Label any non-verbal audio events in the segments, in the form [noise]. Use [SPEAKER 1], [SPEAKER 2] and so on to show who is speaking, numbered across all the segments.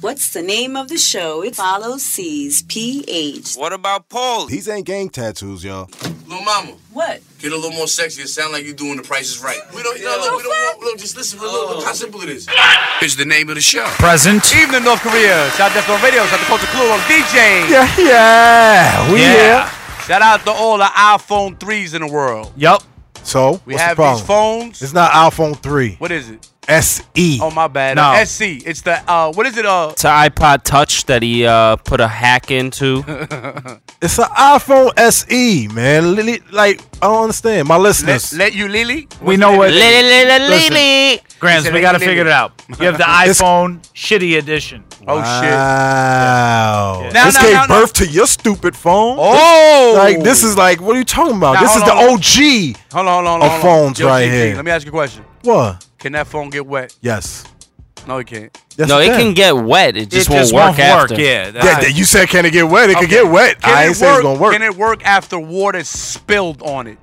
[SPEAKER 1] What's the name of the show? It follows C's PH.
[SPEAKER 2] What about Paul?
[SPEAKER 3] These ain't gang tattoos, y'all.
[SPEAKER 4] Little mama.
[SPEAKER 1] What?
[SPEAKER 4] Get a little more sexy. It sound like you doing the prices right. We don't, no, look, we don't want, look, just listen, look, look how simple it is. It's the name of the show.
[SPEAKER 5] Present.
[SPEAKER 6] Evening, North Korea. South Death on Radio. South Dakota Clue on DJ.
[SPEAKER 5] [laughs] Yeah, yeah. We here.
[SPEAKER 6] Shout out to all the iPhone 3s in the world.
[SPEAKER 5] Yup.
[SPEAKER 3] So,
[SPEAKER 6] We
[SPEAKER 3] what's
[SPEAKER 6] have
[SPEAKER 3] the problem?
[SPEAKER 6] these phones.
[SPEAKER 3] It's not iPhone E. 3.
[SPEAKER 6] What is it?
[SPEAKER 3] SE.
[SPEAKER 6] Oh, my bad.
[SPEAKER 5] No.
[SPEAKER 6] Uh, SC. It's the, uh, what is it? Uh, [laughs]
[SPEAKER 7] to iPod Touch that he uh, put a hack
[SPEAKER 6] [laughs]
[SPEAKER 7] into.
[SPEAKER 3] It's an iPhone SE, man. Li- li- Like, I don't understand. My
[SPEAKER 6] let,
[SPEAKER 3] listeners.
[SPEAKER 6] let you Lily?
[SPEAKER 5] We know what.
[SPEAKER 7] Lily.
[SPEAKER 5] Grams,
[SPEAKER 6] He said,
[SPEAKER 5] we got to
[SPEAKER 6] "Hey,
[SPEAKER 5] figure it out. You [laughs] have the iPhone shitty edition.
[SPEAKER 6] Oh, shit.
[SPEAKER 3] Wow.
[SPEAKER 6] Now,
[SPEAKER 3] this
[SPEAKER 6] now,
[SPEAKER 3] gave
[SPEAKER 6] now, now.
[SPEAKER 3] birth to your stupid phone.
[SPEAKER 6] Oh!
[SPEAKER 3] Like, this is like, what are you talking about?
[SPEAKER 6] Now,
[SPEAKER 3] this is
[SPEAKER 6] hold
[SPEAKER 3] the
[SPEAKER 6] on, hold on.
[SPEAKER 3] OG.
[SPEAKER 6] Hold on, hold on, hold
[SPEAKER 3] Our
[SPEAKER 6] on.
[SPEAKER 3] phone's right
[SPEAKER 6] GG,
[SPEAKER 3] here.
[SPEAKER 6] Let me ask you a question.
[SPEAKER 3] What?
[SPEAKER 6] Can that phone get wet?
[SPEAKER 3] Yes.
[SPEAKER 6] No, it can't.
[SPEAKER 3] yes
[SPEAKER 7] No, it can
[SPEAKER 3] can.
[SPEAKER 7] get wet. It just,
[SPEAKER 5] it
[SPEAKER 7] won't,
[SPEAKER 5] just
[SPEAKER 7] work
[SPEAKER 5] won't
[SPEAKER 7] after.
[SPEAKER 5] work. Yeah. That-
[SPEAKER 3] Yeah, you said can it get wet? It could
[SPEAKER 6] Okay.
[SPEAKER 3] get wet.
[SPEAKER 6] Can
[SPEAKER 3] I
[SPEAKER 6] it
[SPEAKER 3] ain't saying it's gonna work.
[SPEAKER 6] Can it work after water spilled on it?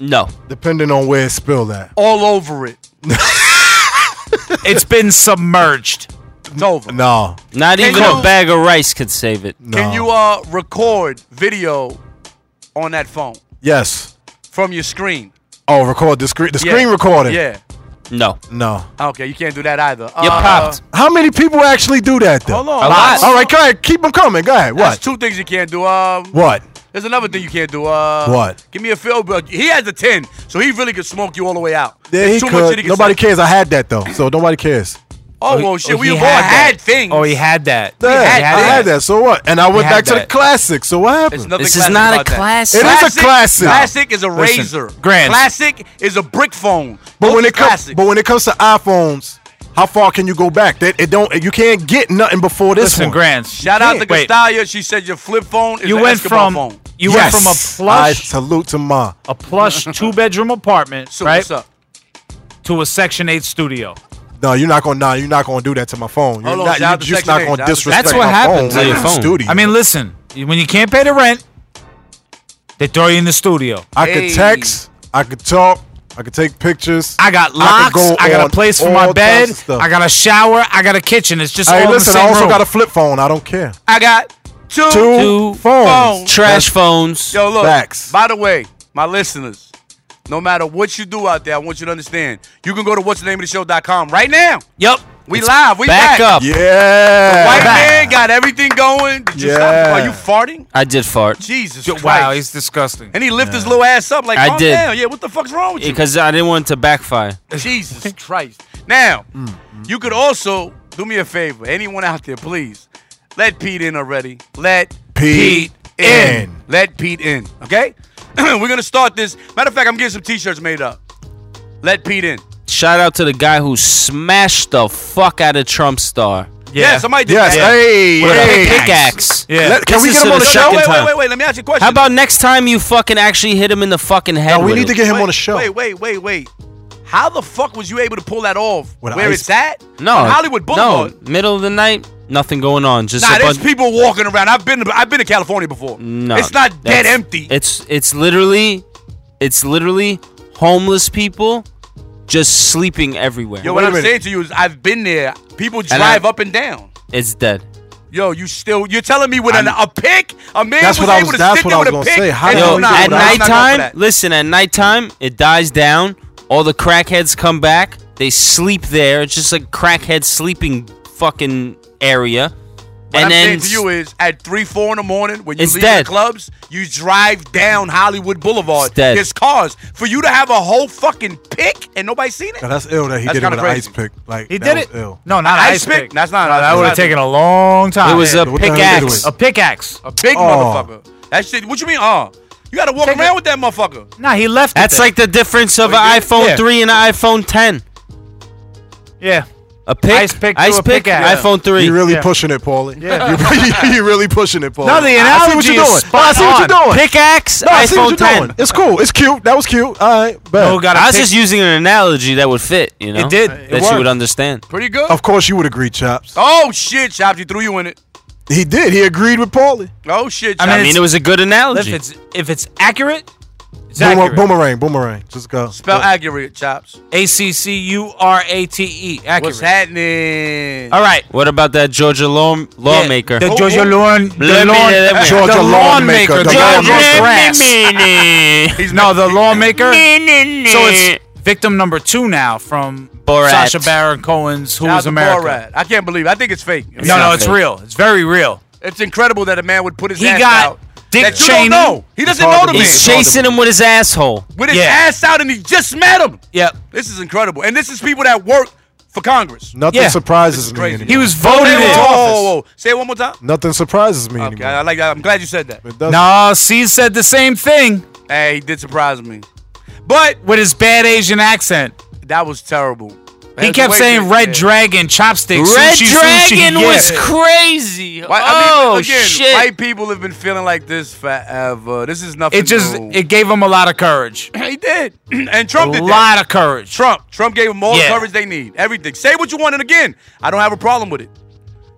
[SPEAKER 7] No.
[SPEAKER 3] Depending on where it spilled at.
[SPEAKER 6] All over it.
[SPEAKER 5] It's been submerged.
[SPEAKER 6] It's over.
[SPEAKER 3] No.
[SPEAKER 7] Not
[SPEAKER 6] Can
[SPEAKER 7] even
[SPEAKER 6] you-
[SPEAKER 7] a bag of rice could save it.
[SPEAKER 3] No.
[SPEAKER 6] Can you uh record video on that phone
[SPEAKER 3] Yes.
[SPEAKER 6] from your screen?
[SPEAKER 3] Oh, record the screen. The
[SPEAKER 6] Yeah.
[SPEAKER 3] screen recording.
[SPEAKER 6] Yeah.
[SPEAKER 7] No.
[SPEAKER 3] No.
[SPEAKER 6] Okay, you can't do that either. Uh,
[SPEAKER 7] You popped.
[SPEAKER 3] How many people actually do that though?
[SPEAKER 6] Hold on.
[SPEAKER 7] A lot.
[SPEAKER 3] All right, go ahead. Keep them coming. Go ahead.
[SPEAKER 6] There's
[SPEAKER 3] What?
[SPEAKER 6] two things you can't do. Um,
[SPEAKER 3] What?
[SPEAKER 6] There's another thing you can't do. Uh,
[SPEAKER 3] What?
[SPEAKER 6] Give me a field bill. He has a 10, so he really could smoke you all the way out.
[SPEAKER 3] Yeah,
[SPEAKER 6] There's
[SPEAKER 3] he
[SPEAKER 6] too
[SPEAKER 3] could.
[SPEAKER 6] much shit he can
[SPEAKER 3] nobody
[SPEAKER 6] say.
[SPEAKER 3] cares. I had that though, so nobody cares.
[SPEAKER 6] Oh, well, shit,
[SPEAKER 5] Oh,
[SPEAKER 6] we
[SPEAKER 5] he
[SPEAKER 6] all had,
[SPEAKER 5] that.
[SPEAKER 6] things.
[SPEAKER 5] Oh, he had that.
[SPEAKER 3] Yeah,
[SPEAKER 5] He
[SPEAKER 3] I had that. So what? And I went
[SPEAKER 5] had
[SPEAKER 3] back to the
[SPEAKER 5] that.
[SPEAKER 3] classic. So what
[SPEAKER 6] There's
[SPEAKER 5] Hmm.
[SPEAKER 3] happened?
[SPEAKER 6] nothing
[SPEAKER 7] This is
[SPEAKER 6] classic
[SPEAKER 7] not a
[SPEAKER 6] about that.
[SPEAKER 7] classic.
[SPEAKER 3] It is a classic.
[SPEAKER 6] Classic is a
[SPEAKER 5] Listen,
[SPEAKER 6] razor.
[SPEAKER 5] Grant.
[SPEAKER 6] Classic is a brick phone.
[SPEAKER 3] But
[SPEAKER 6] Those
[SPEAKER 3] when
[SPEAKER 6] are
[SPEAKER 3] it comes,
[SPEAKER 6] classics.
[SPEAKER 3] but when it comes to iPhones, how far can you go back? That it don't. You can't get nothing before this
[SPEAKER 5] Listen,
[SPEAKER 3] one.
[SPEAKER 5] Grants.
[SPEAKER 6] Shout out to
[SPEAKER 5] Wait,
[SPEAKER 6] Castalia. She said your flip phone is
[SPEAKER 5] You
[SPEAKER 6] an
[SPEAKER 5] went
[SPEAKER 6] Escobar
[SPEAKER 5] from
[SPEAKER 6] phone.
[SPEAKER 5] you
[SPEAKER 3] yes.
[SPEAKER 5] went from a
[SPEAKER 3] I
[SPEAKER 5] plush
[SPEAKER 3] salute to ma.
[SPEAKER 5] a plush two bedroom apartment,
[SPEAKER 6] So
[SPEAKER 5] right,
[SPEAKER 6] what's up?
[SPEAKER 5] to a Section Eight studio.
[SPEAKER 3] No, you're not gonna. Nah, you're not gonna do that to my phone. You're
[SPEAKER 6] Hold on,
[SPEAKER 3] not.
[SPEAKER 6] shout out to
[SPEAKER 3] you, you're just
[SPEAKER 6] Section
[SPEAKER 3] not
[SPEAKER 6] Eight,
[SPEAKER 3] gonna
[SPEAKER 6] shout out to
[SPEAKER 3] disrespect
[SPEAKER 7] Section
[SPEAKER 3] my
[SPEAKER 7] Eight. That's what happens to
[SPEAKER 3] right
[SPEAKER 7] your
[SPEAKER 3] in the
[SPEAKER 7] phone.
[SPEAKER 3] Studio.
[SPEAKER 5] I mean, listen, when you can't pay the rent, they throw you in the studio.
[SPEAKER 3] I
[SPEAKER 6] Hey.
[SPEAKER 3] could text. I could talk. I could take pictures.
[SPEAKER 5] I got locks. I,
[SPEAKER 3] go
[SPEAKER 5] got
[SPEAKER 3] on
[SPEAKER 5] a place for
[SPEAKER 3] all
[SPEAKER 5] my
[SPEAKER 3] types
[SPEAKER 5] bed.
[SPEAKER 3] of stuff.
[SPEAKER 5] I got a shower. I got a kitchen. It's just
[SPEAKER 3] Hey,
[SPEAKER 5] all
[SPEAKER 3] listen.
[SPEAKER 5] the
[SPEAKER 3] I
[SPEAKER 5] same
[SPEAKER 3] also
[SPEAKER 5] room.
[SPEAKER 3] got a flip phone. I don't care.
[SPEAKER 6] I got two.
[SPEAKER 3] Two,
[SPEAKER 7] Two
[SPEAKER 3] phones.
[SPEAKER 7] Trash phones.
[SPEAKER 6] Yo, look.
[SPEAKER 3] Facts.
[SPEAKER 6] By the way, my listeners, no matter what you do out there, I want you to understand. You can go to what's the name of the show.com right now.
[SPEAKER 7] Yep.
[SPEAKER 6] We live. We back,
[SPEAKER 7] Back up.
[SPEAKER 3] Yeah.
[SPEAKER 6] White man got everything going. Did you
[SPEAKER 3] Yeah.
[SPEAKER 6] stop? Are you farting?
[SPEAKER 7] I did fart
[SPEAKER 6] Jesus
[SPEAKER 5] Yo,
[SPEAKER 6] Christ.
[SPEAKER 5] wow, he's disgusting.
[SPEAKER 6] and he lift his little ass up like,
[SPEAKER 7] I
[SPEAKER 6] calm
[SPEAKER 7] did.
[SPEAKER 6] down. Yeah, what the fuck's wrong with you?
[SPEAKER 7] because uh, I didn't want it to backfire.
[SPEAKER 6] [laughs] Jesus Christ. Now,
[SPEAKER 7] Mm,
[SPEAKER 6] you could also do me a favor. Anyone out there, please let Pete in already. Let
[SPEAKER 3] Pete in.
[SPEAKER 6] Let Pete in. Okay? [clears throat] We're gonna start this. Matter of fact, I'm getting some t-shirts made up. Let Pete in.
[SPEAKER 7] Shout out to the guy who smashed the fuck out of Trump Star.
[SPEAKER 6] Yeah, somebody did
[SPEAKER 3] Yes.
[SPEAKER 6] that.
[SPEAKER 3] Hey.
[SPEAKER 7] With
[SPEAKER 3] hey.
[SPEAKER 7] a pickaxe.
[SPEAKER 5] Yeah.
[SPEAKER 3] Let- can we get
[SPEAKER 7] This is
[SPEAKER 3] him on the
[SPEAKER 7] the
[SPEAKER 3] show?
[SPEAKER 7] second
[SPEAKER 6] Wait, wait,
[SPEAKER 7] time.
[SPEAKER 6] wait, wait. Let me ask you a question.
[SPEAKER 7] How about next time you fucking actually hit him in the fucking head?
[SPEAKER 3] No, we
[SPEAKER 7] with
[SPEAKER 3] need
[SPEAKER 7] it?
[SPEAKER 3] to get him
[SPEAKER 6] wait,
[SPEAKER 3] on the show.
[SPEAKER 6] Wait, wait, wait, wait. How the fuck was you able to pull that off?
[SPEAKER 3] With
[SPEAKER 6] Where
[SPEAKER 3] ice-
[SPEAKER 6] it's at?
[SPEAKER 7] No,
[SPEAKER 6] On Hollywood Boulevard.
[SPEAKER 7] No, middle of the night, nothing going on. Just
[SPEAKER 6] Nah,
[SPEAKER 7] a
[SPEAKER 6] there's
[SPEAKER 7] bunch.
[SPEAKER 6] people walking around. I've been to, I've been to California before.
[SPEAKER 7] no,
[SPEAKER 6] it's not dead
[SPEAKER 7] that's-
[SPEAKER 6] empty.
[SPEAKER 7] It's it's literally, it's literally homeless people just sleeping everywhere.
[SPEAKER 6] Yo,
[SPEAKER 3] Wait
[SPEAKER 6] what
[SPEAKER 3] a
[SPEAKER 6] I'm
[SPEAKER 3] minute.
[SPEAKER 6] saying to you is I've been there. People
[SPEAKER 7] I-
[SPEAKER 6] drive up and down.
[SPEAKER 7] it's dead.
[SPEAKER 6] Yo, you still you're telling me with an, a pick, a man
[SPEAKER 3] That's
[SPEAKER 6] was
[SPEAKER 3] what I
[SPEAKER 6] able
[SPEAKER 3] was-
[SPEAKER 6] to
[SPEAKER 3] that's
[SPEAKER 6] sit
[SPEAKER 3] what
[SPEAKER 6] there
[SPEAKER 3] I was
[SPEAKER 6] with a
[SPEAKER 3] gonna
[SPEAKER 6] pick.
[SPEAKER 3] say. How
[SPEAKER 6] and
[SPEAKER 3] the hell
[SPEAKER 7] Yo,
[SPEAKER 3] you
[SPEAKER 6] nah,
[SPEAKER 3] do
[SPEAKER 7] at
[SPEAKER 3] I'm not going
[SPEAKER 7] nighttime, listen, at nighttime, it dies down. All the crackheads come back. They sleep there. It's just a crackhead sleeping fucking area. and
[SPEAKER 6] What I'm
[SPEAKER 7] then
[SPEAKER 6] saying to you is at three, four in the morning when you
[SPEAKER 7] It's
[SPEAKER 6] leave
[SPEAKER 7] dead.
[SPEAKER 6] the clubs, you drive down Hollywood Boulevard.
[SPEAKER 7] It's dead.
[SPEAKER 6] There's cars for you to have a whole fucking pick and nobody seen it.
[SPEAKER 3] Now, that's ill that he
[SPEAKER 6] That's
[SPEAKER 3] did it with
[SPEAKER 6] kinda
[SPEAKER 3] an ice
[SPEAKER 6] crazy.
[SPEAKER 3] pick. Like
[SPEAKER 5] He
[SPEAKER 3] that
[SPEAKER 5] did
[SPEAKER 3] was
[SPEAKER 5] it.
[SPEAKER 3] Ill.
[SPEAKER 5] No, not an
[SPEAKER 6] Ice
[SPEAKER 5] ice
[SPEAKER 6] pick?
[SPEAKER 5] pick.
[SPEAKER 6] That's not an
[SPEAKER 5] No,
[SPEAKER 6] ice
[SPEAKER 5] that
[SPEAKER 6] pick.
[SPEAKER 5] would have taken a long time.
[SPEAKER 7] it was a
[SPEAKER 3] what the hell you doing?
[SPEAKER 7] pickaxe.
[SPEAKER 5] a pickaxe.
[SPEAKER 6] A big
[SPEAKER 3] Oh.
[SPEAKER 6] motherfucker. That shit. What you mean? Uh, you got to walk
[SPEAKER 5] Take
[SPEAKER 6] around
[SPEAKER 5] it-
[SPEAKER 6] with that motherfucker.
[SPEAKER 5] Nah, he left. it
[SPEAKER 7] That's
[SPEAKER 5] there.
[SPEAKER 7] like the difference of
[SPEAKER 6] Oh, you
[SPEAKER 7] an
[SPEAKER 6] did?
[SPEAKER 7] iPhone
[SPEAKER 5] Yeah.
[SPEAKER 7] 3 and an iPhone 10.
[SPEAKER 5] yeah.
[SPEAKER 7] A pick,
[SPEAKER 5] Ice pick to a pickaxe.
[SPEAKER 7] iPhone 3.
[SPEAKER 3] You really
[SPEAKER 5] Yeah.
[SPEAKER 3] pushing it, Paulie.
[SPEAKER 5] Yeah.
[SPEAKER 3] [laughs] you, you really pushing it, Paulie.
[SPEAKER 5] No, the
[SPEAKER 3] I see what
[SPEAKER 5] analogy
[SPEAKER 3] you're
[SPEAKER 5] is
[SPEAKER 3] doing. No, I
[SPEAKER 5] spot
[SPEAKER 3] see what you're
[SPEAKER 5] on.
[SPEAKER 3] doing.
[SPEAKER 7] pickaxe,
[SPEAKER 3] No, I see what
[SPEAKER 7] iPhone
[SPEAKER 3] you're
[SPEAKER 7] 10.
[SPEAKER 3] doing. It's cool. It's cute. That was cute. All right, bet.
[SPEAKER 5] No, got a
[SPEAKER 7] I was
[SPEAKER 5] pick-
[SPEAKER 7] just using an analogy that would fit, you know?
[SPEAKER 5] It did.
[SPEAKER 7] That
[SPEAKER 5] It
[SPEAKER 7] you
[SPEAKER 5] worked.
[SPEAKER 7] would understand.
[SPEAKER 6] Pretty good.
[SPEAKER 3] of course you would agree, Chops.
[SPEAKER 6] Oh shit, chops! You threw you in it.
[SPEAKER 3] He did. He agreed with Paulie.
[SPEAKER 6] Oh shit,
[SPEAKER 5] I
[SPEAKER 6] chops.
[SPEAKER 5] mean,
[SPEAKER 7] I mean,
[SPEAKER 5] it's-
[SPEAKER 7] it was a good
[SPEAKER 5] if
[SPEAKER 7] analogy.
[SPEAKER 5] it's if it's accurate, It's
[SPEAKER 3] Boomer,
[SPEAKER 5] accurate.
[SPEAKER 3] boomerang, boomerang. Just go.
[SPEAKER 6] Spell accurate, chops.
[SPEAKER 5] A C C U R A T E. Accurate.
[SPEAKER 6] What's happening?
[SPEAKER 5] All right.
[SPEAKER 7] What about that Georgia law- lawmaker?
[SPEAKER 5] The Georgia lawn. The
[SPEAKER 7] Let me-
[SPEAKER 5] lawn.
[SPEAKER 7] let me-
[SPEAKER 3] Georgia
[SPEAKER 5] the
[SPEAKER 3] lawnmaker, the
[SPEAKER 5] The
[SPEAKER 3] lawn grows
[SPEAKER 5] grass.
[SPEAKER 3] grass.
[SPEAKER 5] [laughs] He's no, the lawmaker. so it's victim number two now from
[SPEAKER 7] Borat.
[SPEAKER 5] Sasha Baron Cohen's Who
[SPEAKER 6] Shout out
[SPEAKER 5] Is
[SPEAKER 6] to
[SPEAKER 5] America.
[SPEAKER 6] Borat. I can't believe. It. I think it's fake. I mean,
[SPEAKER 5] No, no,
[SPEAKER 7] not
[SPEAKER 5] it's
[SPEAKER 7] fake.
[SPEAKER 5] real. It's very real.
[SPEAKER 6] It's incredible that a man would put his
[SPEAKER 5] He
[SPEAKER 6] ass
[SPEAKER 5] got
[SPEAKER 6] out.
[SPEAKER 5] Dick
[SPEAKER 6] that you
[SPEAKER 5] Cheney.
[SPEAKER 6] don't know. He doesn't know the man.
[SPEAKER 7] He's chasing him with his asshole.
[SPEAKER 6] with his
[SPEAKER 5] Yeah.
[SPEAKER 6] ass out, and he just met him.
[SPEAKER 5] Yep.
[SPEAKER 6] This is incredible. And this is people that work for Congress.
[SPEAKER 3] Nothing
[SPEAKER 5] Yeah.
[SPEAKER 3] surprises me
[SPEAKER 6] crazy.
[SPEAKER 3] anymore.
[SPEAKER 5] He was
[SPEAKER 6] Whoa,
[SPEAKER 5] voted
[SPEAKER 6] whoa,
[SPEAKER 5] in.
[SPEAKER 6] whoa, whoa, whoa. Say it one more time.
[SPEAKER 3] Nothing surprises me
[SPEAKER 6] Okay, I
[SPEAKER 3] anymore.
[SPEAKER 6] like that. I'm glad you said that.
[SPEAKER 3] It doesn't.
[SPEAKER 5] No, C said the same thing
[SPEAKER 6] Hey, he did surprise me, but
[SPEAKER 5] with his bad Asian accent.
[SPEAKER 6] that was terrible.
[SPEAKER 5] He
[SPEAKER 6] That's
[SPEAKER 5] kept
[SPEAKER 6] way
[SPEAKER 5] saying
[SPEAKER 6] big,
[SPEAKER 5] red
[SPEAKER 6] yeah.
[SPEAKER 5] dragon, chopsticks,
[SPEAKER 7] Red
[SPEAKER 5] sushi, sushi.
[SPEAKER 7] Dragon
[SPEAKER 5] Yeah.
[SPEAKER 7] was crazy.
[SPEAKER 6] Why, I
[SPEAKER 7] oh
[SPEAKER 6] mean, again,
[SPEAKER 7] shit!
[SPEAKER 6] White people have been feeling like this forever. This is nothing.
[SPEAKER 5] It just
[SPEAKER 6] new.
[SPEAKER 5] it gave him a lot of courage.
[SPEAKER 6] [clears throat] he did, [clears throat] and
[SPEAKER 5] A
[SPEAKER 6] Trump did that.
[SPEAKER 5] lot of courage.
[SPEAKER 6] Trump. Trump gave them all
[SPEAKER 5] Yeah.
[SPEAKER 6] the coverage they need. Everything. Say what you want, and again, I don't have a problem with it.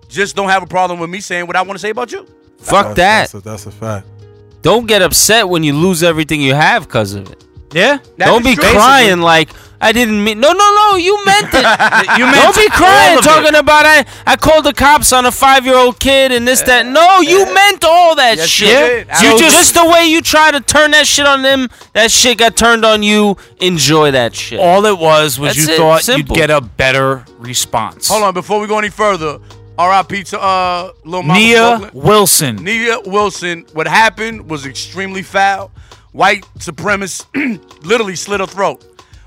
[SPEAKER 6] Just don't have a problem with me saying what I want to say about you.
[SPEAKER 7] Fuck that!
[SPEAKER 3] That's a, that's a fact.
[SPEAKER 7] Don't get upset when you lose everything you have because of it.
[SPEAKER 5] Yeah.
[SPEAKER 6] That
[SPEAKER 7] Don't be
[SPEAKER 6] is true.
[SPEAKER 7] crying like I didn't mean. No, no, no! You meant it.
[SPEAKER 5] [laughs] You
[SPEAKER 7] Don't
[SPEAKER 5] meant
[SPEAKER 7] be
[SPEAKER 5] all
[SPEAKER 7] crying
[SPEAKER 5] of it.
[SPEAKER 7] talking about I. I called the cops on a five-year-old kid and this that. No, you meant all that
[SPEAKER 6] Yes, you
[SPEAKER 7] shit.
[SPEAKER 6] did.
[SPEAKER 7] You
[SPEAKER 6] Absolutely.
[SPEAKER 7] just, the way you try to turn that shit on them. That shit got turned on you. Enjoy that shit.
[SPEAKER 5] All it was was
[SPEAKER 7] That's
[SPEAKER 5] you
[SPEAKER 7] it.
[SPEAKER 5] thought
[SPEAKER 7] Simple.
[SPEAKER 5] you'd get a better response.
[SPEAKER 6] Hold on, before we go any further, R.I.P. to uh, Lil Mama
[SPEAKER 5] Nia
[SPEAKER 6] Brooklyn.
[SPEAKER 5] Wilson.
[SPEAKER 6] Nia Wilson. What happened was extremely foul. White supremacist [clears throat] literally slit her throat.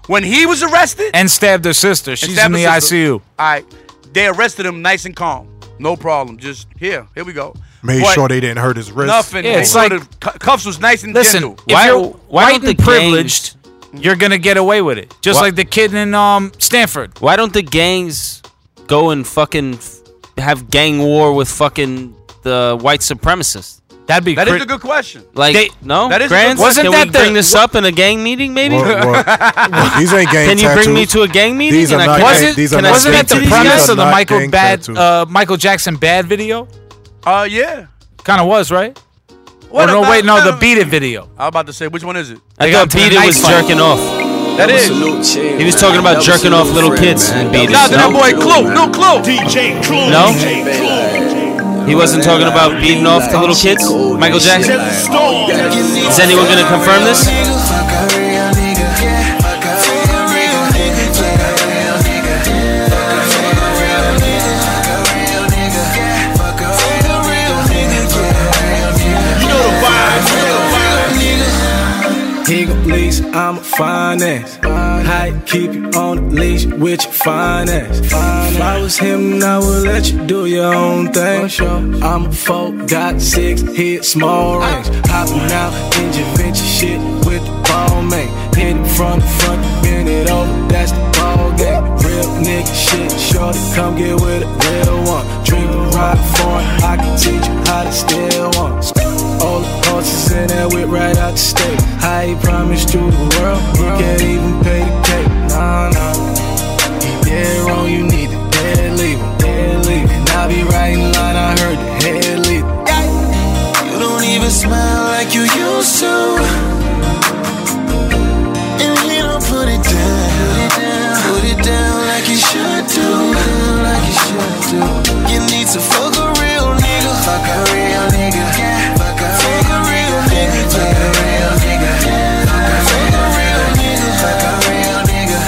[SPEAKER 6] When he was arrested,
[SPEAKER 5] and stabbed her sister. She's in the
[SPEAKER 6] Establishes-
[SPEAKER 5] ICU.
[SPEAKER 6] All right. They arrested him nice and calm. No problem. Just here. Here we go.
[SPEAKER 3] Made
[SPEAKER 6] But
[SPEAKER 3] sure they didn't hurt his wrist.
[SPEAKER 6] Nothing.
[SPEAKER 5] Yeah,
[SPEAKER 6] They
[SPEAKER 5] it's
[SPEAKER 6] sort
[SPEAKER 5] like-
[SPEAKER 6] of- cu- cuffs was nice and
[SPEAKER 5] Listen,
[SPEAKER 6] gentle.
[SPEAKER 5] if
[SPEAKER 7] Why-
[SPEAKER 5] you're
[SPEAKER 7] why
[SPEAKER 5] white
[SPEAKER 7] don't the
[SPEAKER 5] and privileged, you're gonna get away with it. Just
[SPEAKER 7] Why-
[SPEAKER 5] like the kid in um Stanford.
[SPEAKER 7] Why don't the gangs go and fucking f- have gang war with fucking the white supremacists?
[SPEAKER 5] That'd be
[SPEAKER 6] That
[SPEAKER 5] cri-
[SPEAKER 6] is a good question.
[SPEAKER 7] Like
[SPEAKER 5] They-
[SPEAKER 7] no,
[SPEAKER 6] that is a good
[SPEAKER 7] Grants,
[SPEAKER 5] question. Wasn't
[SPEAKER 7] can we
[SPEAKER 5] that the-
[SPEAKER 7] bring this up in a gang meeting? Maybe
[SPEAKER 3] What- what- what- these ain't gang
[SPEAKER 7] can you bring me
[SPEAKER 3] tattoos.
[SPEAKER 7] to a gang meeting?
[SPEAKER 3] These
[SPEAKER 7] and
[SPEAKER 3] are
[SPEAKER 7] I
[SPEAKER 3] not
[SPEAKER 7] can-
[SPEAKER 3] gang-
[SPEAKER 5] was
[SPEAKER 3] Hey,
[SPEAKER 5] it,
[SPEAKER 3] these are not
[SPEAKER 5] wasn't
[SPEAKER 3] gang
[SPEAKER 5] that the
[SPEAKER 3] tattoos.
[SPEAKER 5] premise
[SPEAKER 3] These are
[SPEAKER 5] of the
[SPEAKER 3] not
[SPEAKER 5] Michael
[SPEAKER 3] gang
[SPEAKER 5] Bad
[SPEAKER 3] tattoos.
[SPEAKER 5] uh, Michael Jackson bad video?
[SPEAKER 6] Uh, yeah.
[SPEAKER 5] Kind of was right.
[SPEAKER 6] What
[SPEAKER 5] oh no,
[SPEAKER 6] about-
[SPEAKER 5] wait, no, the beat it video.
[SPEAKER 6] I'm about to say, which one is it?
[SPEAKER 7] I
[SPEAKER 5] They
[SPEAKER 7] thought
[SPEAKER 5] got to the
[SPEAKER 7] Beat It
[SPEAKER 5] night
[SPEAKER 7] was
[SPEAKER 5] fight.
[SPEAKER 7] jerking off.
[SPEAKER 6] That is. No,
[SPEAKER 7] He was talking about jerking off little kids and Beat It.
[SPEAKER 6] that that boy Clue. No Clue.
[SPEAKER 7] No, he wasn't talking about beating off to little kids. Michael Jackson. Is anyone gonna confirm this?
[SPEAKER 2] He gon' lease, I'm a finance. How you keep you on the leash with your finance? If I was him, I would let you do your own thing. I'm a four, got six, hit small range. Hopping out in your venture shit with the ball man. Hit it from the front, bend it over, that's the ball game. Real nigga shit, shorty, come get with a real one. Drink a ride for it, I can teach you how to steal one. All the horses in that whip right out the state. I ain't promised you the world. You can't even pay the cake. Nah, nah. You dead wrong, you need to dead leave him. Dead leave And I be right in line, I heard the head lead.
[SPEAKER 8] You don't even smile like you used to. And he don't put it down. Put it down like he should do. Like he should do. You need to fuck a real nigga. Fuck a real nigga. Fuck a fuck a real nigga. Fuck a real nigga. Fuck a fuck a real nigga. Fuck a real nigga.